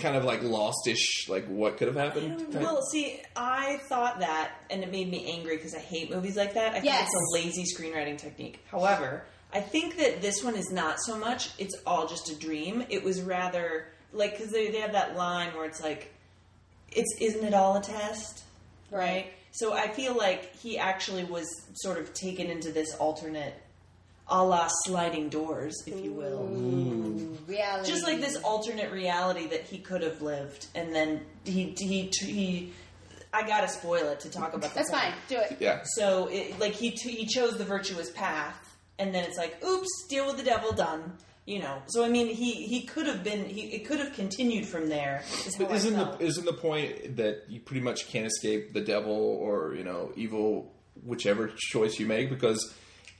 [SPEAKER 3] kind of like lostish, like what could have happened.
[SPEAKER 2] Well, see, I thought that, and it made me angry because I hate movies like that. I think
[SPEAKER 1] Yes.
[SPEAKER 2] it's a lazy screenwriting technique. However, I think that this one is not so much. It's all just a dream. It was rather like because they, they have that line where it's like, "It's isn't it all a test?" Right. So I feel like he actually was sort of taken into this alternate, a la sliding doors, if you will.
[SPEAKER 1] reality.
[SPEAKER 2] just like this alternate reality that he could have lived, and then he he he I gotta spoil it to talk about. The
[SPEAKER 1] That's
[SPEAKER 2] point.
[SPEAKER 1] fine. Do it.
[SPEAKER 3] Yeah.
[SPEAKER 2] So, it, like he t- he chose the virtuous path, and then it's like, oops, deal with the devil, done. You know. So I mean, he he could have been he it could have continued from there. is how
[SPEAKER 3] But
[SPEAKER 2] I
[SPEAKER 3] isn't the
[SPEAKER 2] felt.
[SPEAKER 3] isn't the point that you pretty much can't escape the devil or you know evil, whichever choice you make because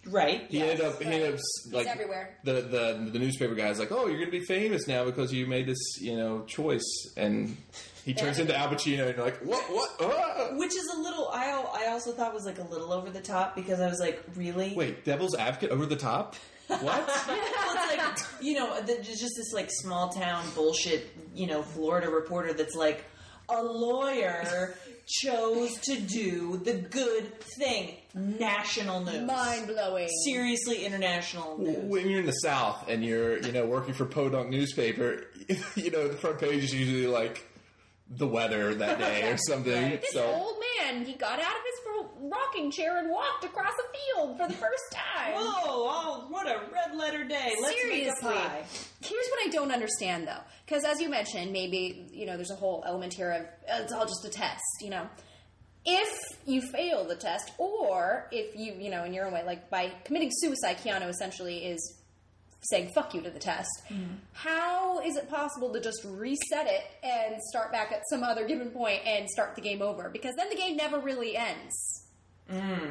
[SPEAKER 2] right?
[SPEAKER 3] he ended up he ended up like
[SPEAKER 1] everywhere.
[SPEAKER 3] the the the newspaper guy's like oh you're gonna be famous now because you made this you know choice and he turns into Al Pacino and you're like what what ah!"
[SPEAKER 2] Which is a little I al- I also thought was like a little over the top because I was like, really?
[SPEAKER 3] wait devil's advocate over the top what
[SPEAKER 2] Well, it's like [laughs] you know, the, just just this like small town bullshit, you know, Florida reporter that's like a lawyer chose to do the good thing. National news,
[SPEAKER 1] Mind blowing.
[SPEAKER 2] seriously, international news.
[SPEAKER 3] when you're in the South and you're you know working for Podunk newspaper [laughs] you know the front page is usually like the weather that day or something
[SPEAKER 1] This
[SPEAKER 3] so.
[SPEAKER 1] old man, he got out of his ro- rocking chair and walked across a field for the first time.
[SPEAKER 2] Whoa! Oh, what a red letter day. Let's make
[SPEAKER 1] Seriously.
[SPEAKER 2] a pie.
[SPEAKER 1] Here's what I don't understand though, because as you mentioned, maybe you know there's a whole element here of uh, it's all just a test, you know. If you fail the test, or if you you know in your own way, like by committing suicide, Keanu essentially is saying "fuck you" to the test.
[SPEAKER 2] Mm-hmm.
[SPEAKER 1] How is it possible to just reset it and start back at some other given point and start the game over? Because then the game never really ends.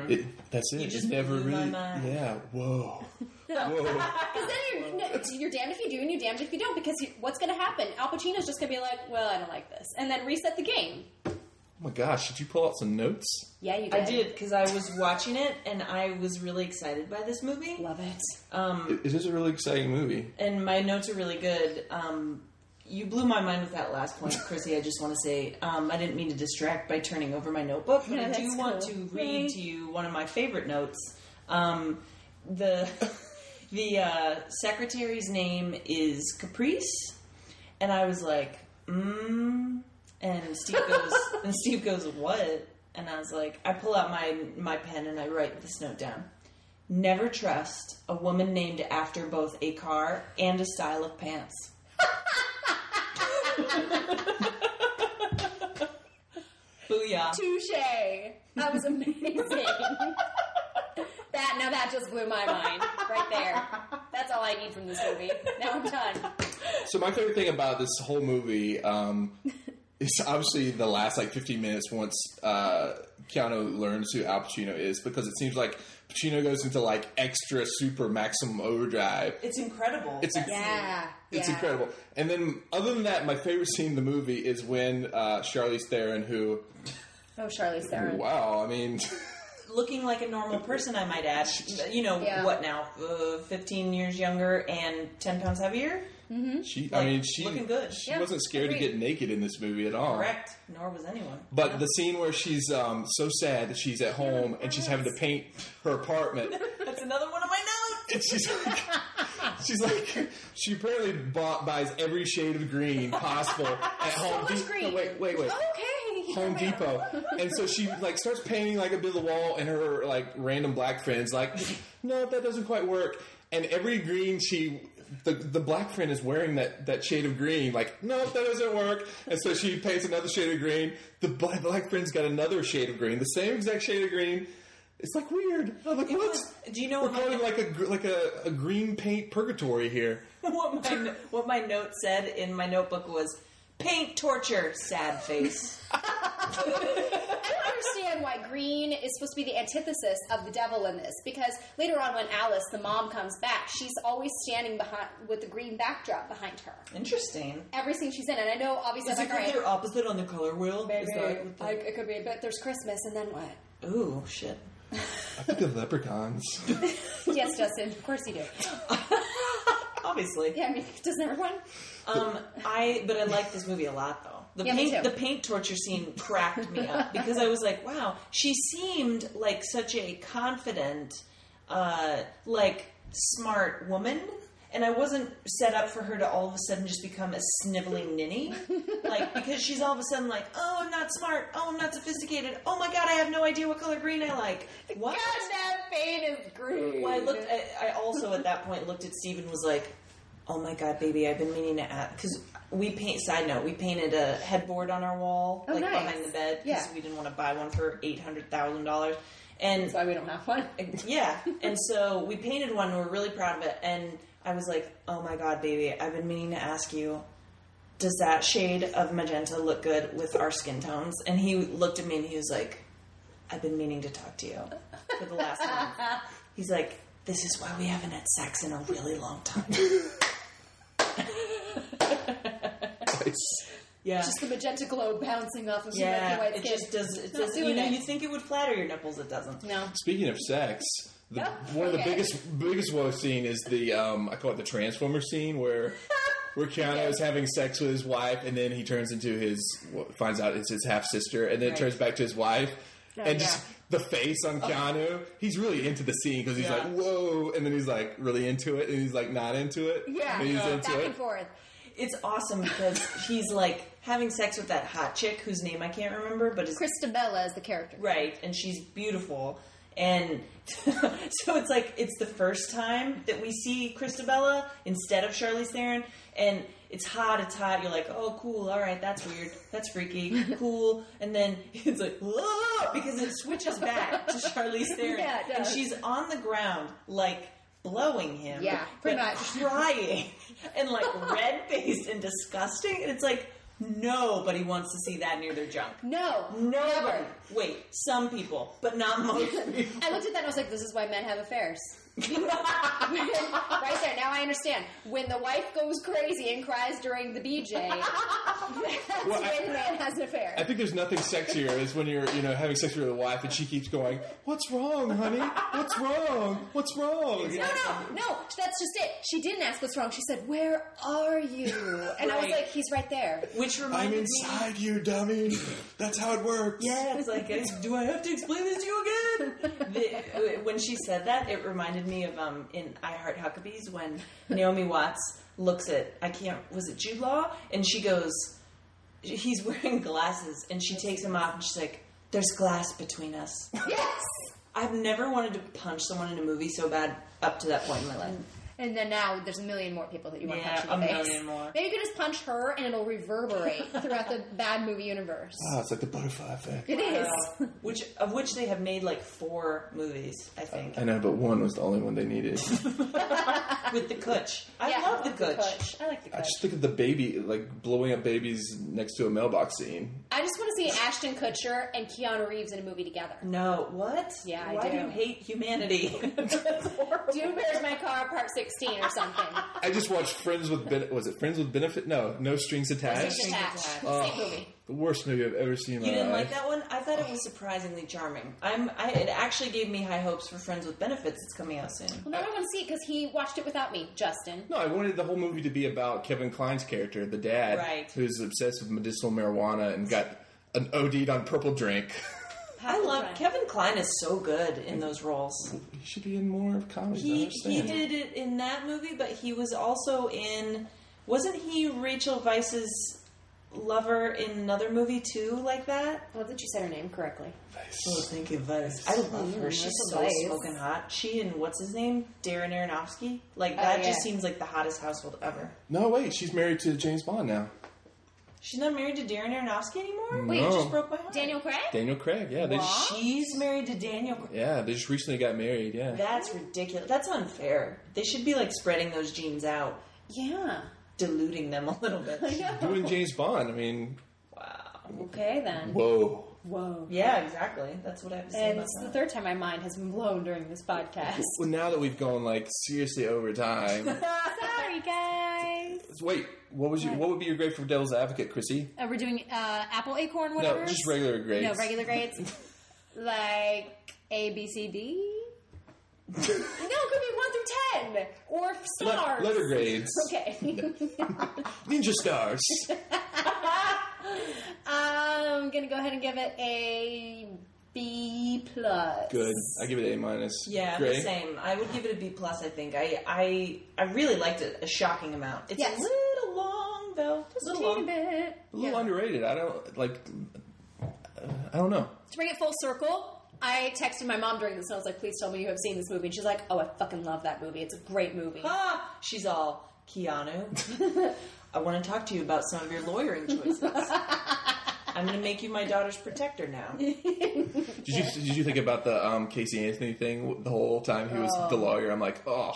[SPEAKER 3] It, that's it.
[SPEAKER 2] just
[SPEAKER 3] it never
[SPEAKER 2] blew my
[SPEAKER 3] really.
[SPEAKER 2] mind.
[SPEAKER 3] Yeah. Whoa. Whoa.
[SPEAKER 1] Because then you're, no, you're damned if you do and you're damned if you don't. Because you, what's going to happen? Al Pacino's just going to be like, well, I don't like this. And then reset the game.
[SPEAKER 3] Oh my gosh! Did you pull out some notes?
[SPEAKER 1] Yeah, you
[SPEAKER 2] I
[SPEAKER 1] did.
[SPEAKER 2] did because I was watching it and I was really excited by this movie.
[SPEAKER 1] Love it.
[SPEAKER 3] It- it is a really exciting movie.
[SPEAKER 2] and my notes are really good. Um, you blew my mind with that
[SPEAKER 1] [laughs]
[SPEAKER 2] last point, Chrissy. I just want to say um, I didn't mean to distract by turning over my notebook, but I do
[SPEAKER 1] that's
[SPEAKER 2] want
[SPEAKER 1] cool.
[SPEAKER 2] to read to you one of my favorite notes. Um, the [laughs] the uh, secretary's name is Caprice, and I was like, mm. and Steve goes, [laughs] and Steve goes, what? And I was like, I pull out my my pen and I write this note down. Never trust a woman named after both a car and a style of pants. [laughs] Booyah.
[SPEAKER 1] Touche. That was amazing. [laughs] that now that just blew my mind right there. That's all I need from this movie. Now I'm done.
[SPEAKER 3] So my favorite thing about this whole movie um, [laughs] is obviously the last like 15 minutes once uh, Keanu learns who Al Pacino is because it seems like Pacino goes into like extra super maximum overdrive.
[SPEAKER 2] It's incredible.
[SPEAKER 3] It's a,
[SPEAKER 1] Yeah.
[SPEAKER 3] It's
[SPEAKER 1] yeah.
[SPEAKER 3] incredible. And then, other than that, my favorite scene in the movie is when uh, Charlize Theron, who,
[SPEAKER 1] Oh, Charlize Theron.
[SPEAKER 3] wow, I mean,
[SPEAKER 1] Mm-hmm.
[SPEAKER 2] looking like a normal person, I might add. You know,
[SPEAKER 1] Yeah.
[SPEAKER 2] what now? Uh, 15 years younger and 10 pounds heavier?
[SPEAKER 3] [laughs] she, I
[SPEAKER 2] Like,
[SPEAKER 3] mean, she,
[SPEAKER 2] looking good.
[SPEAKER 3] she
[SPEAKER 1] Yeah,
[SPEAKER 3] wasn't scared to
[SPEAKER 1] agreed.
[SPEAKER 3] get naked in this movie at all.
[SPEAKER 2] Correct. Nor was anyone.
[SPEAKER 3] But the scene where she's um, so sad that she's at home and she's having to paint her apartment,
[SPEAKER 1] [laughs]
[SPEAKER 2] That's another one of my notes.
[SPEAKER 3] and she's like, she's like, she apparently bought, buys every shade of green possible at Home
[SPEAKER 1] much
[SPEAKER 3] Depot.
[SPEAKER 1] green. Oh.
[SPEAKER 3] wait, wait, wait.
[SPEAKER 1] Okay.
[SPEAKER 3] Home Depot, and so she like starts painting like a bit of the wall, and her like random black friends like, no, that doesn't quite work. And every green she, the the black friend is wearing that that shade of green, like, no, that doesn't work. And so she paints another shade of green. The black black friend's got another shade of green, the same exact shade of green. It's like weird. I'm like, what?
[SPEAKER 2] was- do you know
[SPEAKER 3] we're
[SPEAKER 2] what my-
[SPEAKER 3] going like a gr- like a, a green paint purgatory here?
[SPEAKER 2] [laughs] What my, what my note said in my notebook was paint torture, sad face.
[SPEAKER 1] I don't understand why green is supposed to be the antithesis of the devil in this because later on when Alice, the mom, comes back, she's always standing behind with the green backdrop behind her.
[SPEAKER 2] Interesting.
[SPEAKER 1] Everything she's in, and I know obviously
[SPEAKER 2] Is
[SPEAKER 1] I'm
[SPEAKER 2] it
[SPEAKER 1] like, all
[SPEAKER 2] because
[SPEAKER 1] right,
[SPEAKER 2] they're opposite on the color wheel? Is that
[SPEAKER 1] maybe
[SPEAKER 2] what the-
[SPEAKER 1] I- it could be, but there's Christmas, and then what?
[SPEAKER 2] [laughs] Ooh, shit.
[SPEAKER 3] I think of leprechauns. [laughs]
[SPEAKER 1] yes, Justin, of course you do.
[SPEAKER 2] Obviously.
[SPEAKER 1] Yeah, I mean, [laughs] doesn't everyone?
[SPEAKER 2] Um, I but I like this movie a lot though. The
[SPEAKER 1] Yeah, me
[SPEAKER 2] paint
[SPEAKER 1] too.
[SPEAKER 2] the paint torture scene cracked me
[SPEAKER 1] [laughs]
[SPEAKER 2] up because I was like, wow, she seemed like such a confident, uh, like smart woman. And I wasn't set up for her to all of a sudden just become a sniveling ninny,
[SPEAKER 1] [laughs]
[SPEAKER 2] like because she's all of a sudden like, oh, I'm not smart, oh, I'm not sophisticated, oh my god, I have no idea what color green I like. What?
[SPEAKER 1] that fade is green.
[SPEAKER 2] Well, I looked. I, I also at that point looked at Steve and was like, "Oh my god, baby, I've been meaning to ask." Because we paint. Side note: We painted a headboard on our wall, like
[SPEAKER 1] Oh, nice.
[SPEAKER 2] behind the bed, because
[SPEAKER 1] Yeah.
[SPEAKER 2] we didn't want to buy one for eight hundred thousand dollars. And
[SPEAKER 1] That's why we don't have one.
[SPEAKER 2] yeah, and so we painted one. and We're really proud of it. And I was like, "Oh my god, baby, I've been meaning to ask you." Does that shade of magenta look good with our skin tones? And he looked at me and he was like, I've been meaning to talk to you for the last [laughs] month. He's like, This is why we haven't had sex in a really long time. [laughs] Yeah.
[SPEAKER 1] Just the magenta glow bouncing off of
[SPEAKER 2] yeah.
[SPEAKER 1] your white
[SPEAKER 2] it
[SPEAKER 1] skin.
[SPEAKER 2] just does. It
[SPEAKER 1] Not
[SPEAKER 2] does you
[SPEAKER 1] doing
[SPEAKER 2] know,
[SPEAKER 1] it.
[SPEAKER 2] you think it would flatter your nipples, it doesn't.
[SPEAKER 1] no.
[SPEAKER 3] Speaking of sex, the, one of the
[SPEAKER 1] Oh, okay.
[SPEAKER 3] biggest biggest woe scene is the um, I call it the Transformer
[SPEAKER 1] [laughs]
[SPEAKER 3] scene where where Keanu is having sex with his wife, and then he turns into his finds out it's his half sister, and then turns back to his wife,
[SPEAKER 1] Oh,
[SPEAKER 3] and just the face on Keanu. He's really into the scene because he's
[SPEAKER 2] Yeah.
[SPEAKER 3] like whoa, and then he's like really into it, and he's like not into it.
[SPEAKER 1] Yeah.
[SPEAKER 3] and he's
[SPEAKER 1] yeah.
[SPEAKER 3] into
[SPEAKER 1] Back
[SPEAKER 3] it.
[SPEAKER 1] and forth.
[SPEAKER 2] It's awesome because he's like having sex with that hot chick whose name I can't remember, but is
[SPEAKER 1] Christabella is the character.
[SPEAKER 2] right, and she's beautiful. And [laughs] so it's like it's the first time that we see Christabella instead of Charlize Theron, and it's hot, it's hot. You're like, oh, cool, all right, that's weird, that's
[SPEAKER 1] [laughs]
[SPEAKER 2] freaky, cool. And then it's like, "Whoa," because it switches back
[SPEAKER 1] [laughs]
[SPEAKER 2] to Charlize Theron,
[SPEAKER 1] Yeah, it
[SPEAKER 2] and
[SPEAKER 1] does.
[SPEAKER 2] she's on the ground like blowing him,
[SPEAKER 1] Yeah, pretty
[SPEAKER 2] but
[SPEAKER 1] much.
[SPEAKER 2] crying [laughs]
[SPEAKER 1] [laughs]
[SPEAKER 2] and like red faced and disgusting. And it's like nobody wants to see that near their junk.
[SPEAKER 1] No.
[SPEAKER 2] Nobody.
[SPEAKER 1] Never.
[SPEAKER 2] Wait, some people, but not most people.
[SPEAKER 1] I looked at that and I was like, this is why men have
[SPEAKER 2] [laughs]
[SPEAKER 1] affairs. right there, now I understand. When the wife goes crazy and cries during the BJ,
[SPEAKER 2] [laughs]
[SPEAKER 1] that's
[SPEAKER 3] Well, I-
[SPEAKER 1] when the man has an affair.
[SPEAKER 3] I think there's nothing sexier is when you're, you know, having sex with your wife and she keeps going, "What's wrong, honey? What's wrong? What's wrong?"
[SPEAKER 1] no, no, no, that's just it. She didn't ask what's wrong. She said, Where are you? And I was
[SPEAKER 2] Right.
[SPEAKER 1] like, He's right
[SPEAKER 2] [laughs]
[SPEAKER 1] there.
[SPEAKER 2] Which
[SPEAKER 3] I'm
[SPEAKER 2] reminds me.
[SPEAKER 3] inside you, dummy. That's how it works.
[SPEAKER 2] Yeah, it's like, I- do I have to explain this to you again? The, uh, when she said that, it reminded me of um in I Heart Huckabees when Naomi Watts looks at I can't was it Jude Law and she goes, he's wearing glasses and she takes him off and she's like, there's glass between us.
[SPEAKER 1] Yes!
[SPEAKER 2] I've never wanted to punch someone in a movie so bad up to that point in my life.
[SPEAKER 1] And then now there's a million more people that you want
[SPEAKER 2] Yeah,
[SPEAKER 1] to punch in the
[SPEAKER 2] a
[SPEAKER 1] face.
[SPEAKER 2] million more.
[SPEAKER 1] Maybe you could just punch her and it'll reverberate throughout the bad movie universe.
[SPEAKER 3] Ah, it's like the butterfly effect.
[SPEAKER 1] It is.
[SPEAKER 2] Uh, which of which they have made like four movies, I think,
[SPEAKER 3] I know, but one was the only one they [laughs] needed.
[SPEAKER 2] with the Kutch. I
[SPEAKER 1] Yeah,
[SPEAKER 2] love the
[SPEAKER 1] with the
[SPEAKER 2] Kutch.
[SPEAKER 1] Kutch. I like the
[SPEAKER 3] I
[SPEAKER 1] Kutch.
[SPEAKER 3] just think of the baby, like blowing up babies next to a mailbox scene.
[SPEAKER 1] I just want to see Ashton Kutcher and Keanu Reeves in a movie together.
[SPEAKER 2] No, what?
[SPEAKER 1] Yeah, I
[SPEAKER 2] Why
[SPEAKER 1] do.
[SPEAKER 2] do you hate humanity? [laughs] That's horrible.
[SPEAKER 1] Dude, where's my car? Part sixteen or
[SPEAKER 3] [laughs]
[SPEAKER 1] something.
[SPEAKER 3] I just watched Friends with ben- was it Friends with Benefit? No, No Strings Attached.
[SPEAKER 1] Just attached. Same movie.
[SPEAKER 3] The worst movie I've ever seen. In my
[SPEAKER 2] You didn't
[SPEAKER 3] life.
[SPEAKER 2] like that one? I thought it was surprisingly charming. I'm. I, it actually gave me high hopes for Friends with Benefits. It's coming out soon.
[SPEAKER 1] Well, now I want to see it because he watched it without me, Justin.
[SPEAKER 3] No, I wanted the whole movie to be about Kevin Klein's character, the dad,
[SPEAKER 2] Right.
[SPEAKER 3] who's obsessed with medicinal marijuana and got an OD'd on purple drink.
[SPEAKER 2] I love Kevin Klein is so good in those roles.
[SPEAKER 3] He should be in more comedy.
[SPEAKER 2] He he did it in that movie, but he was also in. Wasn't he Rachel Vice's lover in another movie too, like that?
[SPEAKER 1] Love that you said her name correctly.
[SPEAKER 2] Oh, thank you, Vice. I love her. She's
[SPEAKER 1] Rachel
[SPEAKER 2] so
[SPEAKER 1] Weisz.
[SPEAKER 2] smoking hot. She and what's his name, Darren Aronofsky. Like
[SPEAKER 1] Oh,
[SPEAKER 2] that
[SPEAKER 1] yeah.
[SPEAKER 2] just seems like the hottest household ever.
[SPEAKER 3] No, wait, she's married to James Bond now.
[SPEAKER 2] She's not married to Darren Aronofsky anymore.
[SPEAKER 3] Mm. Wait,
[SPEAKER 2] it
[SPEAKER 3] No.
[SPEAKER 2] just broke my heart.
[SPEAKER 1] Daniel Craig.
[SPEAKER 3] Daniel Craig, yeah, they just,
[SPEAKER 2] She's married to Daniel. Cra-
[SPEAKER 3] yeah, they just recently got married. Yeah,
[SPEAKER 2] That's ridiculous. That's unfair. They should be like spreading those genes out,
[SPEAKER 1] Yeah.
[SPEAKER 2] diluting them a
[SPEAKER 1] [laughs]
[SPEAKER 2] little bit.
[SPEAKER 3] doing James Bond. I mean,
[SPEAKER 1] Okay then.
[SPEAKER 3] whoa.
[SPEAKER 1] Whoa.
[SPEAKER 2] yeah, exactly. That's what I have to say
[SPEAKER 1] And
[SPEAKER 2] about
[SPEAKER 1] it's the
[SPEAKER 2] that.
[SPEAKER 1] third time my mind has been blown during this
[SPEAKER 3] [laughs]
[SPEAKER 1] podcast.
[SPEAKER 3] Well, now that we've gone like seriously over time,
[SPEAKER 1] [laughs] Sorry, guys.
[SPEAKER 3] wait, what was your, what would be your grade for Devil's Advocate, Chrissy?
[SPEAKER 1] Uh, we're doing uh, apple acorn
[SPEAKER 3] No,
[SPEAKER 1] whatever.
[SPEAKER 3] just regular grades.
[SPEAKER 1] No
[SPEAKER 3] [laughs]
[SPEAKER 1] regular grades. like A, B, C, D. no, it could be one through ten or
[SPEAKER 3] Le-
[SPEAKER 1] stars.
[SPEAKER 3] letter grades.
[SPEAKER 1] Okay.
[SPEAKER 3] Ninja stars.
[SPEAKER 1] [laughs] I'm gonna go ahead and give it a B plus.
[SPEAKER 3] Good. I give it A minus.
[SPEAKER 2] Yeah,
[SPEAKER 3] Gray?
[SPEAKER 2] the same. I would give it a B plus. I think I I I really liked it. A shocking amount. It's
[SPEAKER 1] Yes.
[SPEAKER 2] a little long though. Just
[SPEAKER 1] Just a teeny bit.
[SPEAKER 3] A little underrated. I don't like. I don't know.
[SPEAKER 1] To bring it full circle. I texted my mom during this and I was like, please tell me you have seen this movie. And she's like, oh, I fucking love that movie. It's a great movie.
[SPEAKER 2] ah, she's all Keanu, [laughs] I want to talk to you about some of your lawyering choices. I'm going to make you my daughter's protector now.
[SPEAKER 3] Did you did you think about the um, Casey Anthony thing the whole time he was the lawyer? I'm like, oh,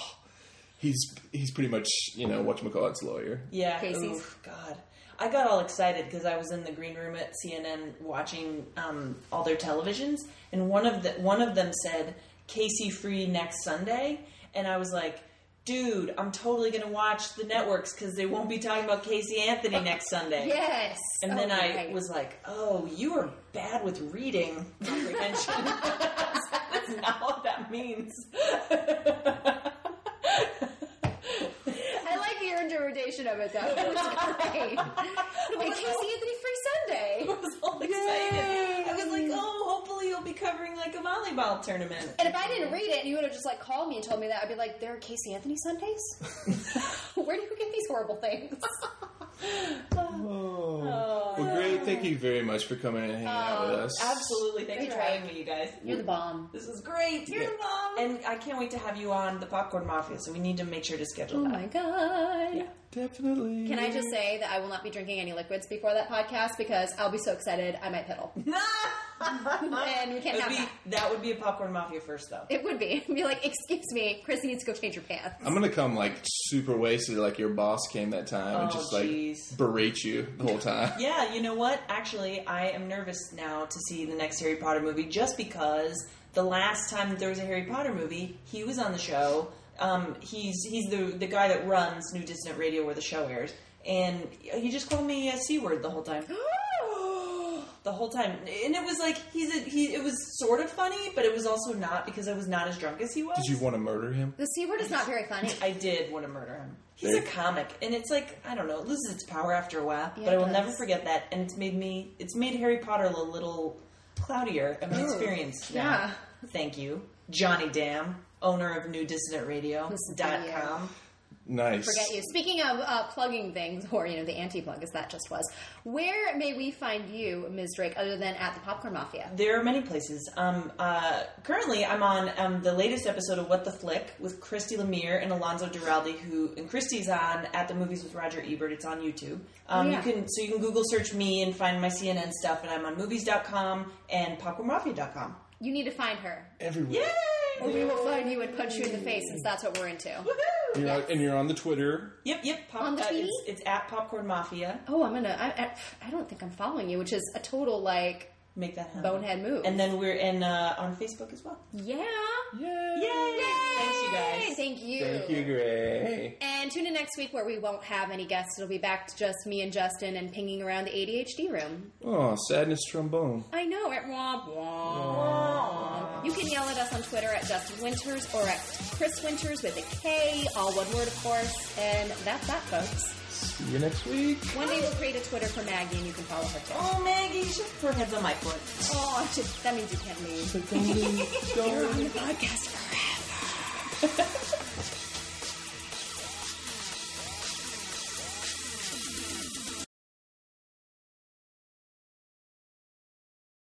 [SPEAKER 3] he's he's pretty much you know whatchamacallit's lawyer.
[SPEAKER 2] Yeah.
[SPEAKER 1] Casey's.
[SPEAKER 2] oof, God. I got all excited because I was in the green room at CNN watching um, all their televisions, and one of the one of them said Casey free next Sunday, and I was like, "Dude, I'm totally gonna watch the networks because they won't be talking about Casey Anthony
[SPEAKER 1] [laughs]
[SPEAKER 2] next Sunday."
[SPEAKER 1] Yes.
[SPEAKER 2] And then
[SPEAKER 1] Oh,
[SPEAKER 2] I
[SPEAKER 1] right.
[SPEAKER 2] was like, "Oh, you are bad with reading
[SPEAKER 1] [laughs]
[SPEAKER 2] comprehension. That's not what that means." [laughs]
[SPEAKER 1] I like your interpretation of it though. It [laughs] was great. and Casey Anthony Free Sunday. [laughs]
[SPEAKER 2] I was all excited. I was like, "Oh, hopefully you'll be covering like a volleyball tournament."
[SPEAKER 1] And if I didn't read it, you would have just like called me and told me that. I'd be like, "There are Casey Anthony Sundays. [laughs] Where do you get these horrible things?" [laughs]
[SPEAKER 3] Oh.
[SPEAKER 1] Oh.
[SPEAKER 3] Well, great. Thank you very much for coming and hanging out
[SPEAKER 1] Uh,
[SPEAKER 3] with us.
[SPEAKER 2] Absolutely. Thanks for having me, you guys.
[SPEAKER 1] You're the bomb.
[SPEAKER 2] This is great. You're
[SPEAKER 3] the
[SPEAKER 2] mom. And I can't wait to have you on the Popcorn Mafia, so we need to make sure to schedule
[SPEAKER 1] Oh
[SPEAKER 2] that.
[SPEAKER 1] my god.
[SPEAKER 3] Definitely.
[SPEAKER 1] Can I just say that I will not be drinking any liquids before that podcast because I'll be so excited I might
[SPEAKER 2] [laughs]
[SPEAKER 1] piddle. [laughs] and we can't
[SPEAKER 2] That
[SPEAKER 1] have
[SPEAKER 2] would,
[SPEAKER 1] that.
[SPEAKER 2] be, that would be a Popcorn Mafia first, though.
[SPEAKER 1] It would be. [laughs] Be like, excuse me, Chris needs to go change your
[SPEAKER 2] [gasps]
[SPEAKER 1] pants.
[SPEAKER 3] I'm gonna come like super wasted, like your boss came that time and
[SPEAKER 2] Oh,
[SPEAKER 3] just like
[SPEAKER 2] jeez.
[SPEAKER 3] berate you the whole time.
[SPEAKER 2] Yeah, you know what? Actually, I am nervous now to see the next Harry Potter movie just because the last time that there was a Harry Potter movie, he was on the show. Um, he's he's the the guy that runs New Distant Radio where the show airs, and he just called me a c word the whole time. the whole time, and it was like he's a, he. It was sort of funny, but it was also not because I was not as drunk as he was.
[SPEAKER 3] Did you want to murder him?
[SPEAKER 1] The C word is not very funny.
[SPEAKER 2] I did want to murder him. He's
[SPEAKER 3] There-
[SPEAKER 2] a comic, and it's like I don't know, it loses its power after a while.
[SPEAKER 1] Yeah,
[SPEAKER 2] but I
[SPEAKER 1] it
[SPEAKER 2] will
[SPEAKER 1] does.
[SPEAKER 2] never forget that, and it's made me. It's made Harry Potter a little cloudier of an experience. now. Thank you, Johnny Dam, owner of New Dissident Radio
[SPEAKER 1] Listen to
[SPEAKER 2] dot
[SPEAKER 1] you.
[SPEAKER 2] com.
[SPEAKER 3] Nice.
[SPEAKER 1] Forget you. Speaking of uh, plugging things, or you know, the anti-plug as that just was. Where may we find you, Ms. Drake, other than at the Popcorn Mafia?
[SPEAKER 2] There are many places. Um, uh, currently, I'm on um, the latest episode of What the Flick with Christy Lemire and Alonzo Duraldi, who and Christy's on at the movies with Roger Ebert. It's on YouTube. Um,
[SPEAKER 1] Oh, Yeah.
[SPEAKER 2] You can so you can Google search me and find my CNN stuff, and I'm on movies.com and popcornmafia.com.
[SPEAKER 1] You need to find her,
[SPEAKER 3] Everywhere.
[SPEAKER 1] or we will find you and punch you in the face, since that's what we're into.
[SPEAKER 3] You're on- and you're on the Twitter.
[SPEAKER 2] Yep, yep. Pop,
[SPEAKER 1] On the
[SPEAKER 2] uh,
[SPEAKER 1] TV?
[SPEAKER 2] it's, it's at Popcorn Mafia.
[SPEAKER 1] Oh, I'm gonna. I, I, I don't think I'm following you, which is a total like
[SPEAKER 2] Make that happen.
[SPEAKER 1] bonehead move.
[SPEAKER 2] And then we're in uh, on Facebook as well.
[SPEAKER 1] yeah.
[SPEAKER 3] Yay!
[SPEAKER 2] Yay! Thanks, you guys.
[SPEAKER 1] Thank you.
[SPEAKER 3] Thank you, Gray.
[SPEAKER 1] And tune in next week where we won't have any guests. It'll be back to just me and Justin and pinging around the ADHD room.
[SPEAKER 3] Oh, sadness trombone.
[SPEAKER 1] I know it. Womp womp. You can yell at us on Twitter at Justin Winters or at Chris Winters with a K, all one word, of course. And that's that, folks.
[SPEAKER 3] See you next week.
[SPEAKER 1] One day we'll create a Twitter for Maggie, and you can follow her too.
[SPEAKER 2] Oh, Maggie, shut her head's on my foot.
[SPEAKER 1] Oh, [laughs] I should- that means you can't leave.
[SPEAKER 3] Don't- don't-
[SPEAKER 1] You're on the podcast forever.